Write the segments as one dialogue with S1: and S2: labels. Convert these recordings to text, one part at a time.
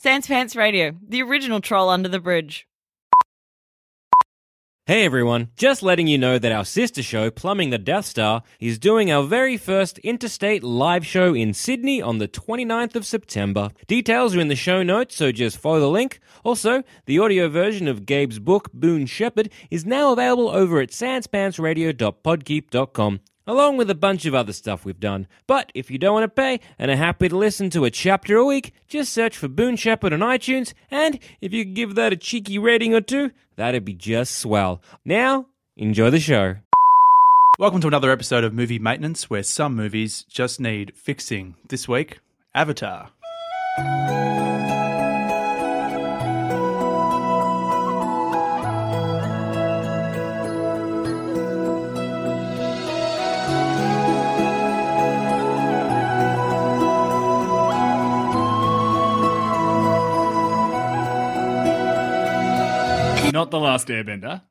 S1: Sans Pants Radio, the original troll under the bridge.
S2: Hey everyone, just letting you know that our sister show, Plumbing the Death Star, is doing our very first interstate live show in Sydney on the 29th of September. Details are in the show notes, so just follow the link. Also, the audio version of Gabe's book, Boone Shepherd, is now available over at sanspantsradio.podkeep.com. Along with a bunch of other stuff we've done. But if you don't want to pay and are happy to listen to a chapter a week, just search for Boone Shepherd on iTunes, and if you could give that a cheeky rating or two, That'd be just swell. Now, enjoy the show.
S3: Welcome to another episode of Movie Maintenance, where some movies just need fixing. This week, Avatar.
S4: Not the last airbender.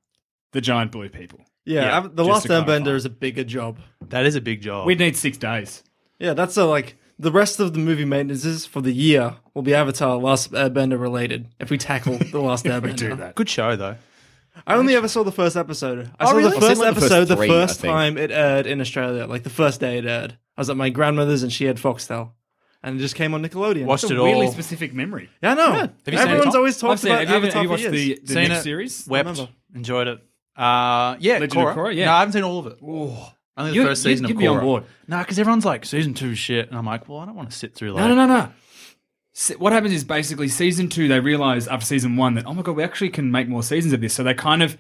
S4: The giant blue people.
S5: Yeah,
S3: Yeah,
S5: Av- the
S4: just
S5: last
S4: to clarify.
S5: Airbender is a bigger job.
S3: That is a big job.
S4: We'd need six days.
S5: Yeah, that's a, like the rest of the movie maintenances for the year will be Avatar Last Airbender related if we tackle the last Airbender.
S4: We do that.
S3: Good show, though.
S5: I only ever saw the first episode. I
S6: Oh,
S5: saw
S6: really?
S5: the
S6: I've seen,
S5: first
S6: like, the first
S5: episode the
S6: three, I
S5: first
S6: think.
S5: time it aired in Australia, like the first day it aired. I was at my grandmother's and she had Foxtel, and it just came on Nickelodeon.
S3: Watched
S4: It's
S3: it
S4: a really
S3: all.
S4: specific memory.
S5: Yeah, I know.
S3: you seen
S5: Everyone's
S3: it?
S5: always
S4: I've
S5: talked
S4: seen
S5: about
S4: it. Have you,
S5: Avatar
S4: have you
S5: for
S4: watched
S5: years.
S4: the, the
S3: Seen
S4: next
S3: it.
S4: series?
S3: Wept.
S5: remember.
S3: Enjoyed it. Uh, yeah,
S4: Legend of
S3: Korra.
S4: Korra, yeah.
S3: No, I haven't seen all of it. Only the
S4: You-
S3: first
S4: you'd-
S3: season
S4: you'd
S3: of Korra.
S4: be on board.
S3: No, because everyone's like, season two is shit. And I'm like, well, I don't want to sit through like.
S4: No, no, no, no. Se- What happens is basically season two, they realize after season one that, oh my God, we actually can make more seasons of this. So they kind of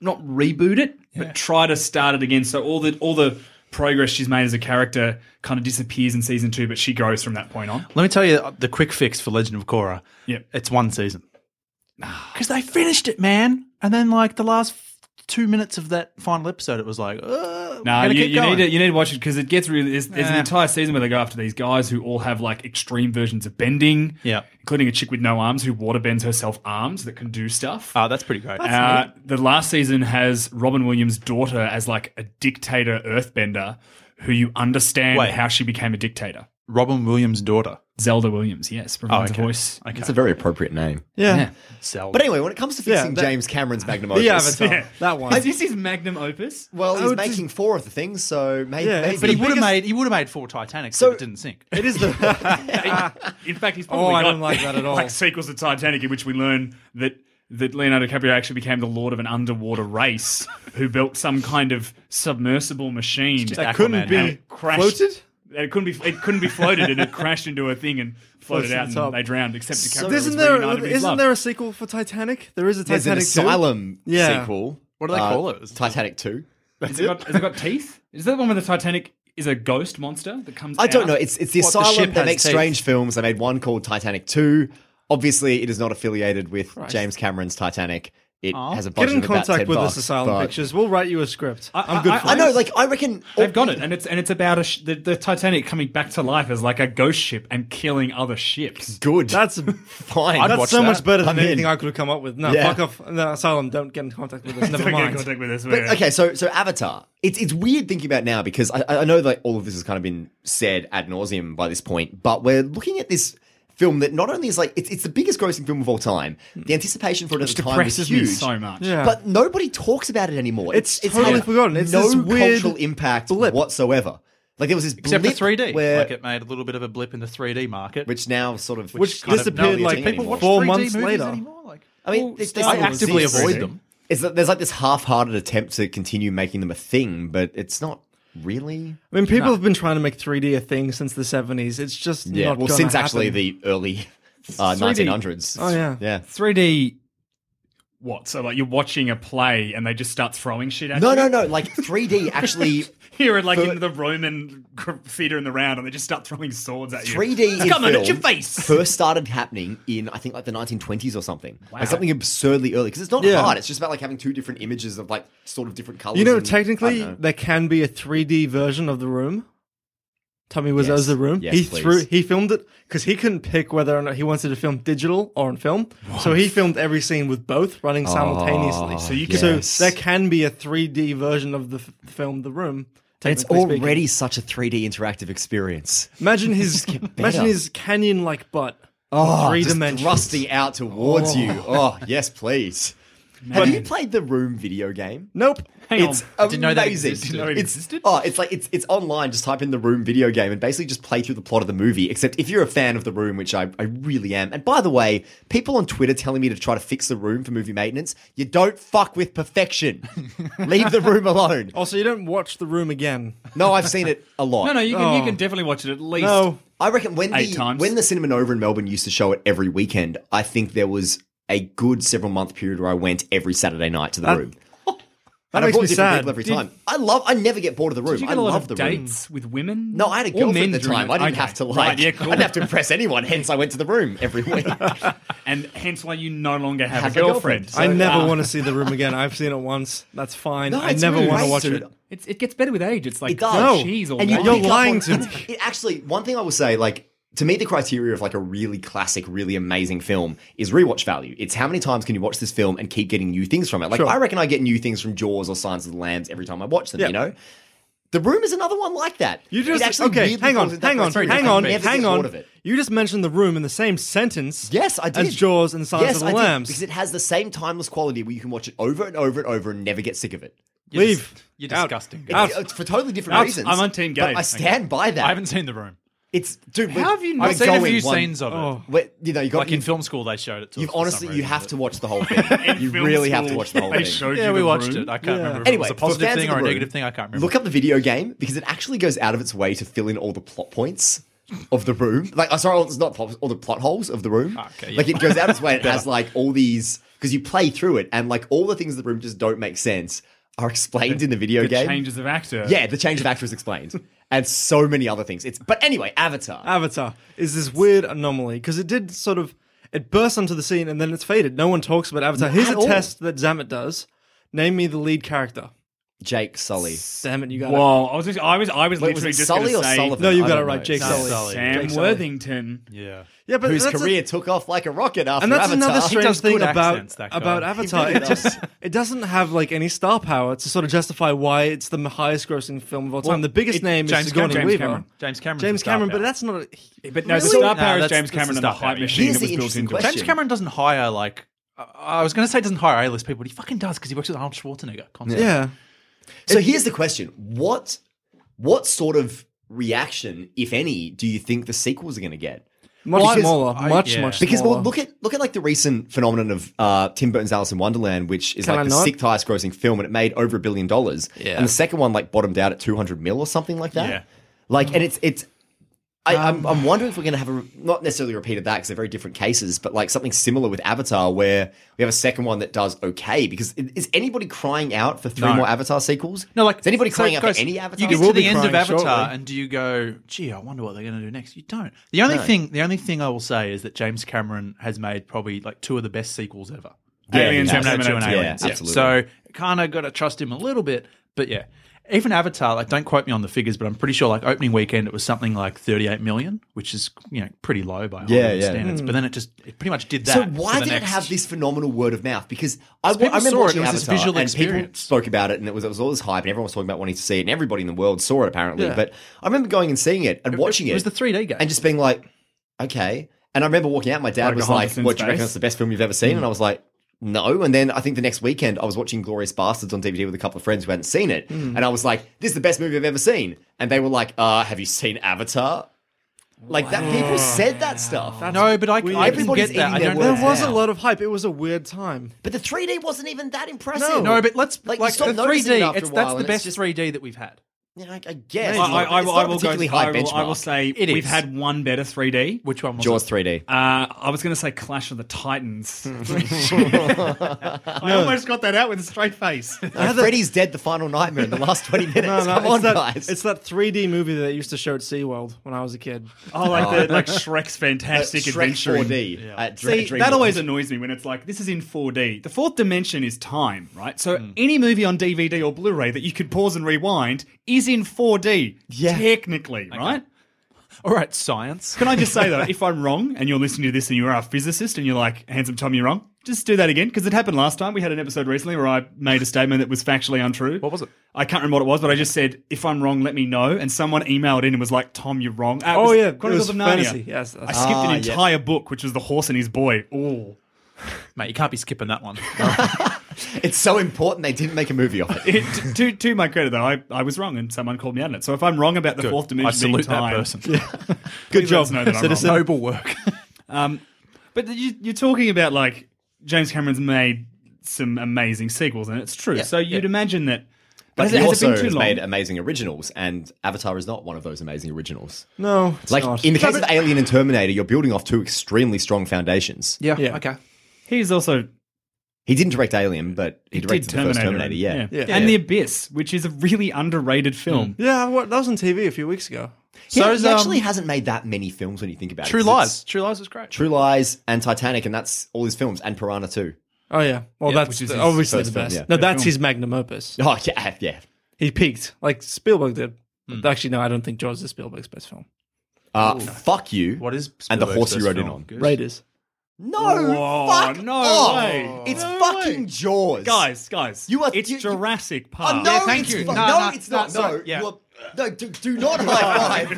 S4: not reboot it, but try to start it again. So all the all the progress she's made as a character kind of disappears in season two, but she grows from that point on.
S3: Let me tell you the quick fix for Legend of Korra.
S4: Yep.
S3: It's one season. Because they finished it, man. And then, like, the last f- two minutes of that final episode, it was like, uh,
S4: No,
S3: we're gonna
S4: you,
S3: keep
S4: you
S3: going.
S4: need to you need to watch it because it gets really. There's, there's an
S3: Nah.
S4: entire season where they go after these guys who all have like extreme versions of bending.
S3: Yeah.
S4: including a chick with no arms who water bends herself arms that can do stuff.
S3: Oh, that's pretty great.
S4: Uh, the last season has Robin Williams' daughter as like a dictator earthbender who you understand
S3: Wait.
S4: how she became a dictator.
S3: Robin Williams' daughter.
S4: Zelda Williams, yes, provides
S3: Oh, okay.
S4: a voice.
S3: Okay.
S6: It's a very appropriate name.
S5: yeah.
S4: Yeah.
S3: Zelda.
S6: But anyway, when it comes to
S5: Yeah,
S6: fixing
S5: that-
S6: James Cameron's magnum
S5: The
S6: opus,
S5: Avatar, that one.
S4: Is this his magnum opus?
S6: Oh,
S3: Oh,
S6: well,
S5: I
S6: he's
S5: would just-
S6: making four of the things, so maybe.
S5: Yeah,
S6: maybe.
S3: But he
S5: The
S3: would have
S5: biggest-
S3: made he would have made four Titanics
S6: So-
S3: if it didn't sink.
S6: It is the.
S4: In fact, he's
S5: Oh,
S4: probably
S5: I
S4: got
S5: don't like that at all.
S4: like sequels to Titanic, in which we learn that that Leonardo DiCaprio actually became the lord of an underwater race who built some kind of submersible machine
S3: just
S4: that
S3: Aquaman
S4: couldn't
S3: had
S4: be
S3: it.
S4: crashed.
S5: Floated?
S4: It couldn't be. It couldn't be floated, and it crashed into a thing and floated
S5: Floats to
S4: out,
S5: the
S4: and
S5: top.
S4: they drowned. Except DiCaprio
S6: So
S4: so was
S5: Isn't there?
S4: reunited with his
S5: Isn't
S4: love.
S5: there a sequel for Titanic? There is a
S6: There's an
S5: Titanic two.
S6: asylum
S5: Yeah.
S6: sequel. Uh,
S3: What do they call it?
S6: Titanic 2.
S4: Has it, got, has it got teeth? Is that the one where the Titanic is a ghost monster that comes?
S6: I don't
S4: out?
S6: know. It's it's the
S3: What, the
S6: asylum.
S3: ship
S6: they
S3: has
S6: make
S3: teeth.
S6: strange films. They made one called Titanic 2. Obviously, it is not affiliated with James Cameron's Titanic. It has a bunch
S5: Get in
S6: of about
S5: contact
S6: 10
S5: with
S6: bucks,
S5: us, Asylum
S6: but-
S5: Pictures. We'll write you a script.
S4: I-
S5: I'm good
S4: I-
S5: for
S6: I
S5: it.
S6: know, like, I reckon.
S4: They've got it, and it's and it's about a sh- the, the Titanic coming back to life as like a ghost ship and killing other ships.
S6: Good.
S5: That's
S6: fine.
S5: that's so much better than
S6: I'm in.
S5: anything I could have come up with. No,
S6: Yeah.
S5: fuck off. No, Asylum, don't get in contact with us. Never
S4: Don't get in
S5: mind.
S4: contact with us,
S6: But
S4: we're-
S6: okay, so so Avatar. It's it's weird thinking about now because I, I I know that all of this has kind of been said ad nauseum by this point, but we're looking at this film that not only is like it's, it's the biggest grossing film of all time. The anticipation for it at
S4: Which
S6: the time was
S4: depresses me
S6: huge.
S4: so much.
S5: Yeah.
S6: But nobody talks about it anymore.
S5: It's totally
S6: had
S5: forgotten. It's
S6: no
S5: this weird
S6: cultural impact
S5: blip.
S6: whatsoever. Like there was this
S3: Except for
S6: blip
S3: 3D.
S6: where,
S3: Like it made a little bit of a blip in the 3D market.
S6: which now sort of
S5: Which
S6: kind of
S5: disappeared,
S6: barely
S5: like,
S6: is
S5: people
S6: anymore.
S5: watch four months
S3: movies
S5: later.
S3: anymore? Like,
S6: I mean, they, they
S3: I
S6: still
S3: actively
S6: exist.
S3: avoid them.
S6: It's that there's like this half-hearted attempt to continue making them a thing, but it's not Really?
S5: I mean, people have been trying to make 3D a thing since the 70s. It's just
S6: Yeah.
S5: not
S6: well,
S5: gonna
S6: since actually
S5: happen.
S6: the early uh, 1900s.
S5: Oh, yeah.
S6: Yeah.
S4: 3D. What? So like you're watching a play and they just start throwing shit at
S6: No,
S4: you.
S6: no, no. Like 3D actually.
S4: Here, like in the Roman theater in the round, and they just start throwing swords at you.
S6: 3D in
S4: Come on, at
S6: film
S4: your face.
S6: first started happening in I think like the 1920s or something, like something absurdly early because it's not
S5: Yeah.
S6: hard. It's just about like having two different images of like sort of different colors.
S5: You know,
S6: and-
S5: technically,
S6: I don't know.
S5: there can be a 3D version of the room. Tommy was
S6: Yes.
S5: the room.
S6: Yes,
S5: he
S6: please.
S5: threw. He filmed it because he couldn't pick whether or not he wanted to film digital or on film. So he filmed every scene with both running simultaneously.
S6: So you
S5: So
S6: can-
S5: there can be a 3D version of the f- film, The Room.
S6: And it's
S5: technically speaking.
S6: already such a 3D interactive experience.
S5: Imagine his imagine
S6: better.
S5: his canyon like butt.
S6: Oh,
S5: Three
S6: just
S5: dimensions.
S6: thrusting out towards you. Oh, yes, please. Have you played the Room video game?
S5: Nope.
S6: it's
S4: on.
S6: amazing.
S4: Didn't know that existed. Didn't know it
S6: it's,
S4: existed?
S6: Oh, it's like it's it's online. Just type in the Room video game and basically just play through the plot of the movie. Except if you're a fan of the Room, which I, I really am. And by the way, people on Twitter telling me to try to fix the Room for movie maintenance. You don't fuck with perfection. Leave the Room alone.
S5: Also, you don't watch The Room again.
S6: No, I've seen it a lot.
S4: No, no, you can you can definitely watch it at least.
S5: No.
S6: Oh. I reckon when
S4: Eight
S6: the
S4: times.
S6: when the Cinema Nova in Melbourne used to show it every weekend, I think there was a good several month period where I went every Saturday night to the room.
S5: That
S6: and I
S5: makes
S6: brought
S5: me
S6: different
S5: sad.
S6: people every
S5: Did-
S6: time. I love. I never get bored of the room.
S4: Did you
S6: I
S4: get a lot
S6: love
S4: of
S6: the room.
S4: dates with women?
S6: No, I had a
S4: Or
S6: girlfriend
S4: men
S6: at the
S4: during
S6: time.
S4: it?
S6: I didn't
S4: Okay.
S6: have to like.
S4: Right, yeah, cool.
S6: I didn't have to impress anyone. Hence, I went to the room every week.
S4: and hence why you no longer have,
S6: Have
S4: a
S6: a girlfriend.
S4: girlfriend.
S5: I never
S4: Ah.
S5: want to see The Room again. I've seen it once. That's fine.
S6: No,
S5: I
S6: it's
S5: never
S6: really
S5: want to
S6: nice,
S5: watch
S6: dude.
S5: it.
S4: It's, it gets better with age. It's like
S6: It does.
S5: No.
S4: cheese all
S6: and you
S4: day.
S5: You're
S6: pick up
S5: lying
S6: on-
S5: to me.
S6: It actually, one thing I will say, like to me, the criteria of like a really classic, really amazing film is rewatch value. It's how many times can you watch this film and keep getting new things from it. Like
S5: Sure.
S6: I reckon I get new things from Jaws or Signs of the Lambs every time I watch them.
S5: Yeah.
S6: You know. The Room is another one like that.
S5: You
S6: It
S5: just
S6: actually
S5: okay.
S6: weirdly
S5: Hang
S6: falls
S5: on,
S6: into that
S5: hang on,
S6: criteria.
S5: hang
S6: I
S5: on,
S6: never get
S5: hang
S6: bored
S5: on.
S6: of it.
S5: You just mentioned the room in the same sentence.
S6: Yes, I did.
S5: As Jaws and Silence
S6: yes,
S5: of the
S6: I did,
S5: Lambs.
S6: because it has the same timeless quality where you can watch it over and over and over and never get sick of it.
S5: Leave.
S7: You're
S5: Out.
S7: disgusting.
S6: It-
S5: Out.
S6: It's for totally different
S4: That's-
S6: reasons.
S4: I'm on team
S6: but
S4: Gabe.
S6: I stand by that.
S7: I haven't seen the room.
S6: It's dude.
S4: How have you not
S7: I've
S4: I've seen
S7: seen
S4: a
S7: a
S4: going
S7: few scenes of it.
S6: Wait, Oh. you know, you got
S7: like in
S6: you-
S7: film school, they showed it. To
S6: You've
S7: us for some
S6: honestly, you
S7: reason,
S6: have
S7: but-
S6: to watch the whole thing. you
S4: film
S6: really have to
S4: school,
S6: watch the whole
S4: they
S6: thing.
S4: showed
S7: Yeah,
S4: you
S7: we
S4: the
S7: watched
S4: room.
S7: it. I can't remember if
S6: Anyway,
S7: it was a
S6: for
S7: positive
S6: fans
S7: thing
S6: of
S7: or a
S6: The Room,
S7: negative thing. I can't remember.
S6: Look up the video game because it actually goes out of its way to fill in all the plot points of the room. Like, I'm sorry, it's not plot, all the plot holes of the room.
S7: Ah, Okay, yeah.
S6: Like, it goes out of its way. and It has like all these because you play through it, and like all the things in the room just don't make sense are explained in the video
S4: The
S6: game.
S4: changes of actor.
S6: Yeah, the change of actor is explained, and so many other things. It's but anyway, Avatar.
S5: Avatar is this weird anomaly because it did sort of it bursts onto the scene and then it's faded. No one talks about Avatar. Here's
S6: at
S5: a
S6: all.
S5: test that Zamet does. Name me the lead character.
S6: Jake Sully.
S5: Damn it, you got it.
S4: Whoa, I was just, I was I was
S6: Wait, was
S4: literally
S6: it
S4: just
S6: Sully
S4: gonna
S6: or
S4: say
S6: Sullivan?
S5: No, you
S6: I
S5: got it
S6: don't
S5: right,
S6: know.
S5: Jake
S7: No,
S5: Sully.
S7: Sully.
S4: Sam
S7: Jake Sully.
S4: Worthington.
S7: Yeah.
S5: Yeah, but
S6: Whose
S5: that's a-
S6: career took off like a rocket after
S5: and that's
S6: Avatar.
S5: another strange
S7: does
S5: thing
S7: good
S5: about
S7: accents, that guy.
S5: about
S7: He
S5: Avatar.
S6: really
S5: it
S6: does.
S5: just it doesn't have like any star power to sort of justify why it's the highest grossing film of all time. the biggest name
S7: James
S5: is Sigourney
S7: Cameron.
S5: Weaver.
S7: Cameron. James Cameron's
S5: James
S7: the star
S5: Cameron, but
S7: power.
S5: that's not. A,
S4: But no, the
S5: Really?
S4: star
S7: No,
S4: power is
S7: that's-
S4: James
S7: that's the
S4: Cameron and the
S7: star
S4: hype
S7: power, yeah.
S4: machine
S6: Here's
S4: that
S6: the
S4: was built
S6: interesting
S4: into
S6: question.
S4: it.
S7: James Cameron doesn't hire like uh, I was going to say doesn't hire A list people, but he fucking does because he works with Arnold Schwarzenegger constantly.
S5: yeah.
S6: So here's the question: what what sort of reaction, if any, do you think the sequels are going to get?
S5: Much
S6: Because-
S5: smaller,
S7: I-
S5: much
S7: yeah.
S5: much
S6: Because
S5: smaller.
S6: well, look at look at like the recent phenomenon of uh, Tim Burton's Alice in Wonderland, which is
S5: Can
S6: like
S5: I
S6: the
S5: not?
S6: sixth highest grossing film, and it made over a billion dollars.
S5: Yeah.
S6: And the second one like bottomed out at two hundred mil or something like that.
S7: Yeah. Um,
S6: Like, and it's it's. I, I'm, I'm wondering if we're going to have a not necessarily repeat of that because they're very different cases, but like something similar with Avatar, where we have a second one that does okay. Because i- is anybody crying out for three
S4: No.
S6: more Avatar sequels?
S7: No, like
S6: is anybody
S7: so,
S6: crying out
S7: guys,
S6: for any Avatar?
S7: You get
S6: sequels?
S7: to the end of
S5: crying
S7: Avatar,
S5: shortly.
S7: and do you go, "Gee, I wonder what they're going to do next?" You don't. The only thing, the only thing I will say is that James Cameron has made probably like two of the best sequels ever.
S4: Aliens,
S6: yeah,
S7: Terminator 2 and
S4: Terminator
S6: yeah,
S7: Aliens.
S6: absolutely.
S7: So kind of got to trust him a little bit, but yeah. Even Avatar, like, don't quote me on the figures, but I'm pretty sure, like, opening weekend, it was something like 38 million, which is, you know, pretty low by
S6: Yeah,
S7: Hollywood
S6: yeah.
S7: standards.
S5: Hmm.
S7: But then it just, it pretty much did that.
S6: So
S7: for
S6: why
S7: the
S6: did
S7: next-
S6: it have this phenomenal word of mouth? Because I, wa-
S7: people
S6: I remember
S7: saw it,
S6: watching
S7: it was this
S6: Avatar
S7: visual
S6: and people
S7: experience.
S6: spoke about it, and it was it was all this hype, and everyone was talking about wanting to see it, and everybody in the world saw it apparently. But I remember going and seeing it and watching it.
S7: it was the 3D game.
S6: and just being like, okay. And I remember walking out. My dad
S4: Like
S6: was
S4: a
S6: like,
S4: Hobbit in
S6: "What do you
S4: space.
S6: reckon? That's the best film you've ever seen?" And I was like. No, and then I think the next weekend I was watching Glorious Bastards on DVD with a couple of friends who hadn't seen it,
S7: Hmm.
S6: and I was like, "This is the best movie I've ever seen," and they were like, "Uh, have you seen Avatar?" Like that, people said that stuff.
S7: No, but I, I can
S6: Everybody's
S7: get that.
S6: eating
S7: I
S6: their
S7: don't
S6: words
S7: know
S5: There was
S6: now.
S5: a lot of hype. It was a weird time.
S6: But the 3D wasn't even that impressive.
S7: No, but let's
S6: Like,
S7: like,
S6: you stop
S7: the
S6: noticing it
S7: 3D.
S6: after
S7: it's,
S6: a while
S7: that's the
S6: and it's
S7: best
S6: just-
S7: 3D that we've had.
S6: Yeah, I, I guess.
S4: I, I, I,
S6: It's
S4: will-
S6: not
S4: I
S6: a
S4: will go.
S6: particularly
S4: I
S6: high
S4: will, I will
S6: benchmark.
S4: say
S7: It
S4: we've
S7: is.
S4: had one better 3D.
S7: Which one was
S6: Jaws
S7: it?
S6: 3D.
S4: Uh, I was going to say Clash of the Titans. I almost got that out with a straight face.
S6: No, Freddy's dead the final nightmare in the last 20 minutes.
S5: No, no,
S6: Come
S5: it's,
S6: on,
S5: that,
S6: guys.
S5: it's that 3D movie that they used to show at SeaWorld when I was a kid.
S4: oh, like the, like Shrek's fantastic
S6: Uh, Shrek uh,
S4: adventure.
S6: 4D. at Dra-
S4: See,
S6: Dreamworld.
S4: that always annoys me when it's like this is in 4D. The fourth dimension is time, right? So
S6: Hmm.
S4: any movie on DVD or Blu-ray that you could pause and rewind is in 4D,
S6: Yeah.
S4: technically, right?
S7: All right, science.
S4: Can I just say though, if I'm wrong and you're listening to this and you are a physicist and you're like, handsome Tom, you're wrong, just do that again because it happened last time. We had an episode recently where I made a statement that was factually untrue. What
S7: was it?
S4: I can't remember what it was, but I just said, if I'm wrong, let me know. And someone emailed in and was like, Tom, you're wrong. Ah, it
S5: Oh,
S4: was
S5: yeah, it
S4: Chronicles
S5: was
S4: of Narnia.
S5: fantasy. Yes,
S4: I
S5: that's-
S4: skipped
S6: Ah,
S4: an
S6: yeah.
S4: entire book, which was The Horse and His Boy. Ooh.
S7: Mate, you can't be skipping that one.
S6: It's so important they didn't make a movie of it.
S4: It- to, to my credit, though, I, I was wrong and someone called me out on it. So if I'm wrong about the fourth dimension
S7: I
S4: being
S7: salute that
S4: time,
S7: person.
S4: good job. Know that I'm wrong.
S7: Noble work.
S4: But you, you're talking about like James Cameron's made some amazing sequels, and it's true. so you'd imagine that.
S6: But
S4: has
S6: he
S4: it, has it
S6: also
S4: been
S6: has
S4: too long?
S6: made amazing originals, and Avatar is not one of those amazing originals.
S5: No, it's
S6: like
S5: not.
S6: in the case of Alien and Terminator, you're building off two extremely strong foundations.
S7: Yeah,
S5: Yeah.
S7: okay.
S4: He's also
S6: He didn't direct Alien, but he,
S4: he
S6: directed
S4: did
S6: the first
S4: Terminator,
S6: Terminator.
S4: and-
S6: Yeah. Mm.
S5: Yeah.
S4: and The Abyss, which is a really underrated film.
S5: yeah, what, that was on TV a few weeks ago.
S6: He,
S7: So
S6: he
S7: is, um,
S6: actually hasn't made that many films when you think about it.
S7: True
S6: 'cause it's
S7: Lies. True Lies is great.
S6: True Lies, and Titanic, and that's all his films, and Piranha too.
S5: Oh yeah, well
S4: which
S5: that's
S4: is
S5: the-
S4: his
S5: obviously
S6: first
S5: the
S6: film,
S5: best.
S6: yeah.
S5: No, that's his magnum opus.
S6: Oh yeah, yeah.
S5: He peaked like Spielberg did. Actually, no, I don't think Jaws is Spielberg's best film.
S6: Uh, fuck you.
S7: What is
S6: and the
S7: Spielberg's
S6: horse you
S7: best
S6: rode in
S7: film?
S6: on?
S7: Goose?
S5: Raiders.
S6: No,
S4: Whoa,
S6: fuck
S4: no
S6: off.
S4: way.
S6: It's
S4: No
S6: fucking
S4: way.
S6: Jaws,
S4: Guys, guys,
S6: You are-
S4: it's
S6: you- you-
S4: Jurassic Park.
S6: Oh, no,
S7: thank
S6: it's
S7: you.
S6: fu- No,
S7: No, no,
S6: it's not.
S7: no,
S6: No,
S7: sorry, yeah.
S6: You are- no, do, do not high five.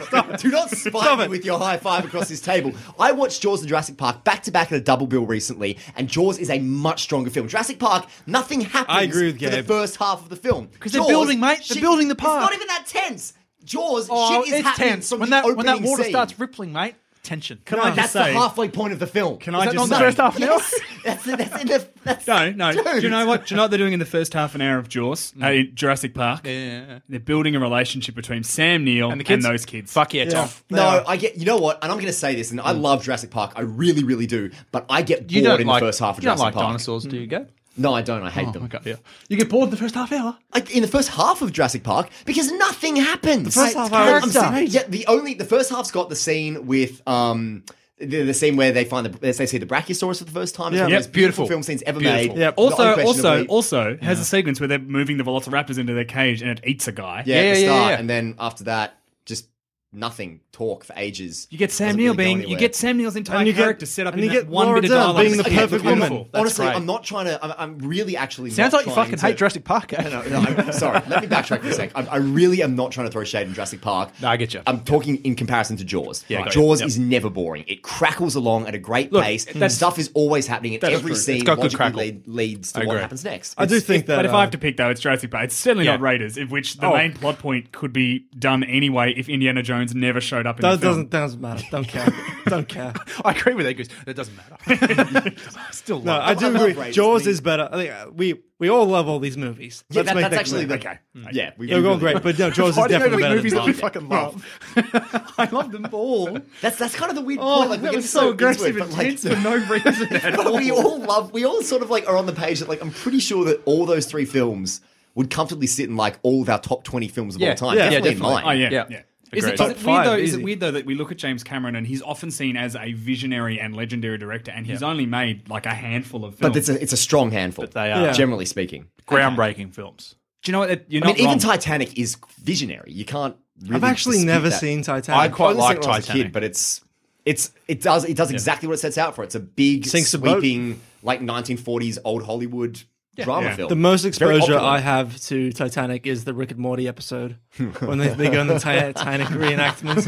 S6: do not spite me with your high five across this table. I watched Jaws and Jurassic Park back to back at a double bill recently, and Jaws is a much stronger film. Jurassic Park, nothing happens
S5: I agree with
S6: for the
S5: Gabe.
S6: first half of the film. Because
S7: they're building, mate. They're building the
S6: It's
S7: park.
S6: not even that tense. Jaws,
S7: Oh,
S6: shit is
S7: it's
S6: happening
S7: tense.
S6: from
S7: When
S6: the
S7: that, when that
S6: opening
S7: water
S6: scene.
S7: starts rippling, mate, tension.
S4: Can I
S6: That's
S4: just
S6: the
S4: say?
S6: halfway point of the film.
S4: Can I
S7: that
S4: just
S7: not the
S4: say?
S7: first half an hour?
S6: Yes, that's, that's in the. That's,
S4: No, no. Do you
S6: Dude.
S4: know what? Do you know what they're doing in the first half an hour of Jaws? Uh, in Jurassic Park. Yeah. They're building a relationship between Sam Neill and,
S7: the kids?
S4: those kids.
S7: Fuck yeah, Tom.
S6: No, I get. You know what? And I'm going to say this, and I love Jurassic Park. I really, really do. But I get
S7: Hmm. You
S6: bored
S7: don't
S6: in
S7: like,
S6: the first half of
S7: you don't
S6: Jurassic
S7: like
S6: Park.
S7: dinosaurs, Oh, do you, Go?
S6: No, I don't. I hate them.
S7: yeah. You get bored in the first half hour.
S6: Like in the first half of Jurassic Park, because nothing happens. The
S5: first half hour is great.
S6: yeah, the only the first half's got the scene with um. The, the scene where they find the they see the brachiosaurus for the first time. It's one of
S5: Yep.
S6: the most beautiful
S7: Beautiful.
S6: film scenes ever
S7: Beautiful.
S6: made.
S5: Yep.
S4: Also, also,
S6: Unquestionably-
S4: also has a sequence where they're moving the velociraptors into their cage and it eats a guy.
S6: yeah, at
S7: Yeah,
S6: the
S7: yeah,
S6: start,
S7: yeah.
S6: and then after that, just nothing, talk for ages.
S4: You get Sam
S6: Doesn't
S4: Neill
S6: really go
S4: being, you
S6: anywhere.
S4: get Sam Neill's entire
S5: And you get-
S4: character set up
S5: and
S4: in
S5: you
S4: that
S5: get
S4: one
S5: Laura
S4: bit of
S5: Dern
S4: dialogue.
S5: being
S4: It's
S5: the
S4: fucking
S5: perfect
S4: beautiful.
S5: woman.
S7: That's
S6: Honestly,
S7: great.
S6: I'm not trying to. I'm, I'm really actually.
S7: Sounds
S6: not
S7: like you
S6: trying
S7: fucking
S6: to-
S7: hate Jurassic Park. eh?
S6: No, no, I'm sorry. Let me backtrack for a sec. I, I really am not trying to throw shade in Jurassic Park.
S7: No, I get you.
S6: I'm talking in comparison to Jaws.
S7: Yeah, I got you.
S6: Jaws
S7: Yep.
S6: is never boring. It crackles along at a great pace. Mm. Stuff is always happening, and
S4: that is
S6: every
S4: true.
S6: scene
S7: It's got good
S6: logically
S7: crackle.
S6: lead, leads to
S7: I
S6: what
S7: agree.
S6: happens next.
S5: I do think that.
S4: But if
S5: uh,
S4: I have to pick though, it's Jurassic Park. It's certainly
S7: Yeah.
S4: not Raiders, in which the
S5: Oh.
S4: main plot point could be done anyway if Indiana Jones never showed up in
S5: that
S4: the film.
S5: doesn't doesn't matter. Don't care. don't care.
S7: I agree with that, Goose. That doesn't matter. I still love
S5: No, I
S7: it.
S5: do
S6: love
S5: agree.
S6: Raiders.
S5: Jaws
S6: I mean-
S5: is better. I think uh, we we all love all these movies.
S6: yeah,
S5: Let's
S6: that,
S5: make
S6: that's
S5: that
S6: actually
S5: clear.
S6: okay. Yeah, we,
S5: They're
S6: we
S5: all
S6: really-
S5: great, but no, Jaws is
S7: Why do you
S5: definitely
S7: make
S5: better
S7: movies
S5: than
S7: that we
S5: Jaws.
S7: fucking love.
S4: I love them all.
S6: That's that's kind of the weird
S4: Oh,
S6: point. Like, we
S4: that
S6: get
S4: was so aggressive
S6: into it,
S4: and
S6: but, like,
S4: tense for no reason at
S6: but
S4: all.
S6: we all love. We all sort of like are on the page that like I'm pretty sure that all those three films would comfortably sit in like all of our top 20 films of
S7: Yeah.
S6: all time.
S7: Yeah, yeah,
S6: definitely,
S7: definitely.
S6: mine.
S4: Oh yeah,
S7: Yeah.
S4: yeah. Is it, is it
S7: Top
S4: weird though?
S5: five,
S4: Is it
S5: easy.
S4: weird though that we look at James Cameron and he's often seen as a visionary and legendary director, and he's only made like a handful of films.
S6: But it's a it's a strong handful. But
S7: they are-
S5: Yeah.
S6: generally speaking.
S7: Groundbreaking films.
S4: Do you know what? You're
S6: I mean,
S4: not
S6: even
S4: wrong.
S6: Titanic is visionary. You can't. Really
S5: I've actually
S6: dispute
S5: never
S6: that.
S5: seen
S7: I
S5: Titanic.
S7: quite
S6: I've only seen
S7: like
S6: it when I was a
S7: Titanic.
S6: kid, but it's it's it does it does exactly what it sets out for. It's a big
S5: Sinks a boat.
S6: sweeping like 1940s old Hollywood drama
S4: Yeah.
S6: film.
S5: The most
S6: Very
S5: exposure
S6: opulent.
S5: I have to Titanic is the Rick and Morty episode when they, they go in the Titanic reenactments,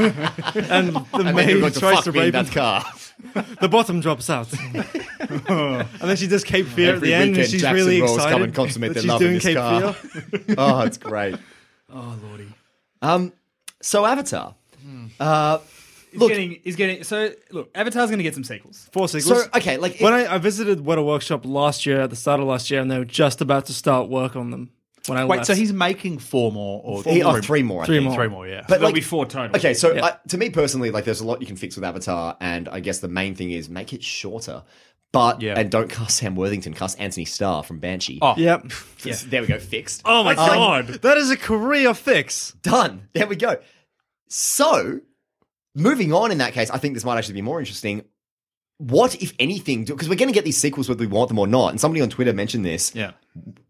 S5: and the
S6: And then
S5: maid
S6: you're going to
S5: tries
S6: fuck
S5: to
S6: me in
S5: rape him.
S6: that car.
S5: The bottom drops out, and then she does Cape Fear
S6: Every
S5: at the end, and
S6: weekend,
S5: she's
S6: Jackson
S5: really
S6: Rose come
S5: excited
S6: and consummate their
S5: that she's
S6: love in
S5: doing
S6: this
S5: Cape
S6: car.
S5: Fear.
S6: oh, it's great. Oh lordy. Um, so Avatar. Uh,
S4: He's
S6: look,
S4: getting, he's getting. So look, Avatar's going to get some sequels.
S5: Four sequels.
S6: so okay, like if-
S5: when I, I visited What a Workshop last year, at the start of last year, and they were just about to start work on them. when I
S7: Wait,
S5: left.
S7: so he's making four more or
S6: He- oh, three more. I
S5: Three
S6: think.
S5: more.
S7: Three more, yeah.
S6: But
S4: There'll
S6: like,
S4: be four total.
S6: Okay, so uh, to me personally, like there's a lot you can fix with Avatar, and I guess the main thing is make it shorter. But
S7: Yeah.
S6: and don't cast Sam Worthington, cast Anthony Starr from Banshee.
S7: Oh.
S5: Yep.
S6: there we go, fixed.
S2: Oh my god.
S5: That is a career fix.
S6: Done. There we go. So, moving on in that case, I think this might actually be more interesting. What, if anything, because we're going to get these sequels whether we want them or not. And somebody on Twitter mentioned this.
S7: Yeah.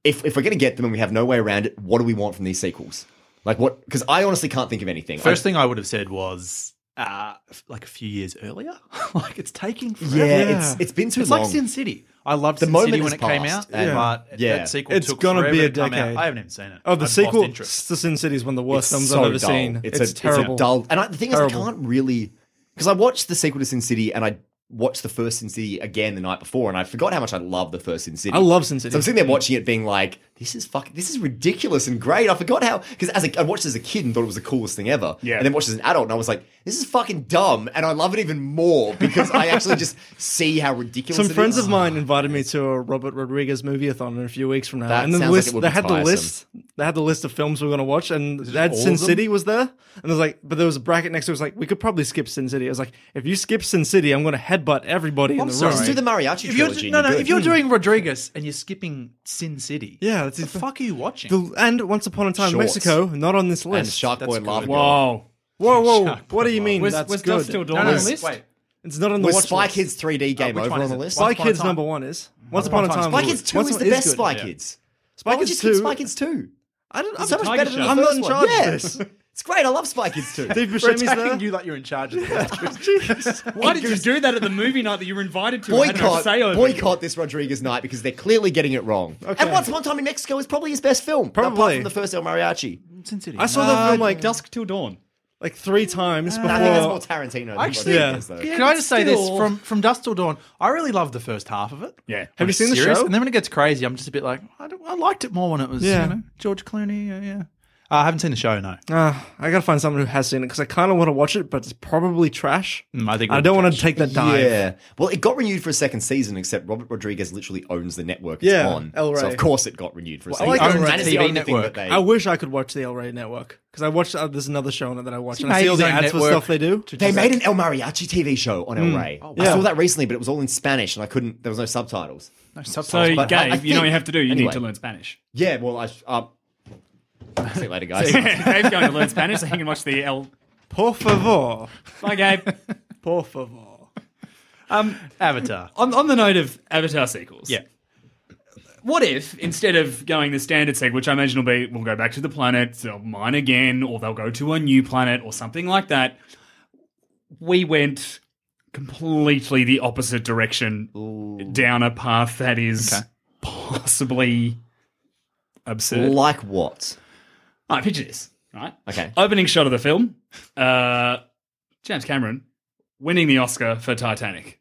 S6: If, if we're going to get them and we have no way around it, what do we want from these sequels? Like, what? Because I honestly can't think of anything.
S7: First thing I would have said was uh, f- like a few years earlier. like it's taking
S6: I,
S7: forever.
S6: yeah, It's, it's been too
S7: It's
S6: long.
S7: like Sin City. I loved
S6: The
S7: Sin
S6: moment
S7: City
S6: has
S7: when it came out,
S6: passed, and-
S7: but
S6: Yeah.
S7: that sequel
S5: It's
S7: took
S5: gonna
S7: forever
S5: be a
S7: to come out.
S5: decade.
S7: I haven't even seen it.
S5: Oh, the
S7: I've lost
S5: sequel to
S7: interest.
S5: Sin City is one of the worst films
S6: so
S5: I've ever
S6: dull.
S5: seen.
S6: It's,
S5: It's,
S6: a-
S5: terrible.
S6: It's a dull. And I, the thing is,
S5: Terrible.
S6: I can't really because I watched the sequel to Sin City and I watched the first Sin City again the night before, and I forgot how much I love the first Sin City.
S5: I love Sin City.
S6: So I'm sitting there watching it, being like, "This is fucking, this is ridiculous and great." I forgot how because as a, I watched it as a kid and thought it was the coolest thing ever, yeah. And then watched it as an adult and I was like, "This is fucking dumb," and I love it even more because I actually just see how ridiculous.
S5: Some
S6: it
S5: friends
S6: is.
S5: of mine invited me to a Robert Rodriguez movie-a-thon in a few weeks from now,
S6: That
S5: and then the
S6: sounds like
S5: list
S6: it would
S5: they
S6: be
S5: had the
S6: tiresome.
S5: list. They had the list of films we were going to watch, and they had
S7: all
S5: Sin
S7: of them?
S5: City was there, and there was like, but there was a bracket next to it was like, we could probably skip Sin City. I was like, if you skip Sin City, I'm going to headbutt everybody in the room.
S6: Just do the mariachi
S7: If you're,
S6: trilogy. and
S7: no, no.
S6: you're good.
S7: If you're doing Rodriguez and you're skipping Sin City,
S5: Yeah, that's
S7: the
S5: it.
S7: fuck are you watching?
S5: The- and Once Upon a Time in
S6: Shorts.
S5: Mexico, not on this
S6: and
S5: list.
S6: Shark Boy and Lava Girl.
S4: Whoa.
S5: whoa, whoa! What do you mean?
S4: Was,
S5: that's
S4: was
S5: good.
S4: Duff still
S7: no,
S4: Dawn
S7: no,
S4: on the list?
S7: Wait,
S5: It's not on the
S6: Was
S5: watch
S6: Spy
S5: list.
S6: Kids 3D game
S7: which
S6: over
S7: one
S6: on
S7: is
S6: the
S7: it?
S6: list?
S5: Spy
S7: Once Upon a
S5: Kids
S7: Time.
S5: number one is Once Upon a Time.
S6: Spy
S5: was-
S6: Kids 2
S5: Once
S6: is
S5: Upon-
S6: the best
S5: good.
S6: Spy
S7: Yeah.
S6: Kids.
S5: Spy
S6: Why would you
S5: Kids
S6: skip Spy
S5: 2.
S6: Kids 2?
S5: I don't, I'm
S6: so much
S5: Tiger
S6: better than
S5: Shark.
S6: the
S5: I'm not
S6: first
S5: in
S6: one.
S5: charge
S6: Yeah.
S5: of this.
S6: It's great. I love Spy Kids 2.
S5: Dave
S7: We're
S5: Buscemi's there.
S7: attacking you like you're in charge of the
S4: Why did you do that at the movie night that you were invited to? and had no
S6: boycott,
S4: say over?
S6: boycott this Rodriguez night because they're clearly getting it wrong. And Once Upon a Time in Mexico is probably his best film, apart
S5: Probably.
S6: from the first El Mariachi.
S7: Sin City.
S5: I saw that film like
S4: Dusk Till Dawn.
S5: like three times before.
S6: I think that's more Tarantino. Than
S7: Actually,
S6: Rodriguez, though.
S7: Can I just say this
S4: still-
S7: from from Dust Till Dawn? I really loved the first half of it.
S4: Yeah.
S7: Have
S5: you seen the show?
S7: And then when it gets crazy, I'm just a bit like, I, don't- I liked it more when it was
S5: Yeah.
S7: you know, George Clooney. Uh, yeah, uh, I haven't seen the show. No,
S5: Ah, I gotta find someone who has seen it because I kind of want to watch it, but it's probably trash.
S7: Mm, I think
S5: I
S7: it'll
S5: don't
S7: be
S5: want to
S7: trash.
S5: take that dive.
S6: Yeah. Well, it got renewed for a second season, except Robert Rodriguez literally owns the network it's
S5: Yeah,
S6: on.
S5: El
S6: So,
S5: Rey.
S6: of course, it got renewed for a
S5: I
S6: second
S5: like
S6: season.
S5: El Rey
S6: and it's the
S7: TV
S6: only thing that
S7: network.
S6: they.
S5: I wish I could watch the El Rey Network because I watched. Uh, there's another show on it that I watch, and I
S7: made
S5: see all
S7: his
S5: the
S7: own
S5: ads for
S7: network
S5: stuff they do.
S6: they made an El Mariachi TV show on El Rey. I
S5: Hmm. Oh, wow.
S6: saw that recently, but it was all in Spanish, and I couldn't. There was no subtitles.
S4: So, Gabe,
S6: But I- I
S4: you know
S6: think-
S4: what you have to do? You
S6: anyway.
S4: need to learn Spanish.
S6: Yeah. Well, I. Uh, see you later, guys.
S4: Gabe's going to learn Spanish so he can watch the L.
S5: Por favor,
S4: Bye, Gabe.
S5: por favor.
S7: Avatar.
S4: on, on the note of Avatar sequels.
S7: Yeah.
S4: What if instead of going the standard sequel, which I imagine will be, we'll go back to the planet, they'll mine again, or they'll go to a new planet, or something like that. We went completely the opposite direction down a path that is possibly absurd.
S6: like what?
S4: All right, picture this. Right.
S6: Okay.
S4: Opening shot of the film. Uh, James Cameron winning the Oscar for Titanic.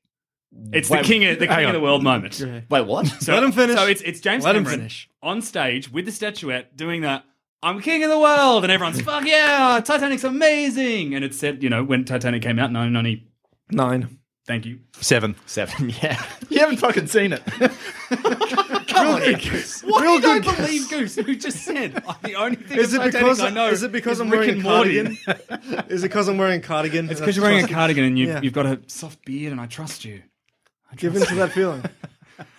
S4: It's the
S6: Wait,
S4: king of the king of the world moment.
S6: Wait, what?
S4: So,
S5: Let him finish.
S4: So it's, it's James
S5: Let him
S4: Cameron
S5: finish.
S4: on stage with the statuette doing that. I'm king of the world, and everyone's fuck yeah, Titanic's amazing. And it said, you know, when Titanic came out, 1990.
S5: Nine.
S4: Thank you.
S7: Seven.
S6: Seven. Yeah.
S7: You haven't fucking seen it.
S6: Come on, Goose.
S4: Why do
S5: Real
S4: you
S5: good
S4: don't believe Goose? Who just said "I'm the only thing
S5: Is
S4: of
S5: it
S4: Titanic
S5: because
S4: I know?
S5: is it because
S4: is
S5: I'm
S4: Rick
S5: wearing a
S4: and Morty."
S5: cardigan? is it because I'm wearing a cardigan?
S4: It's because you're wearing a cardigan and you,
S5: Yeah.
S4: you've got a soft beard, and I trust you.
S5: Give into that feeling.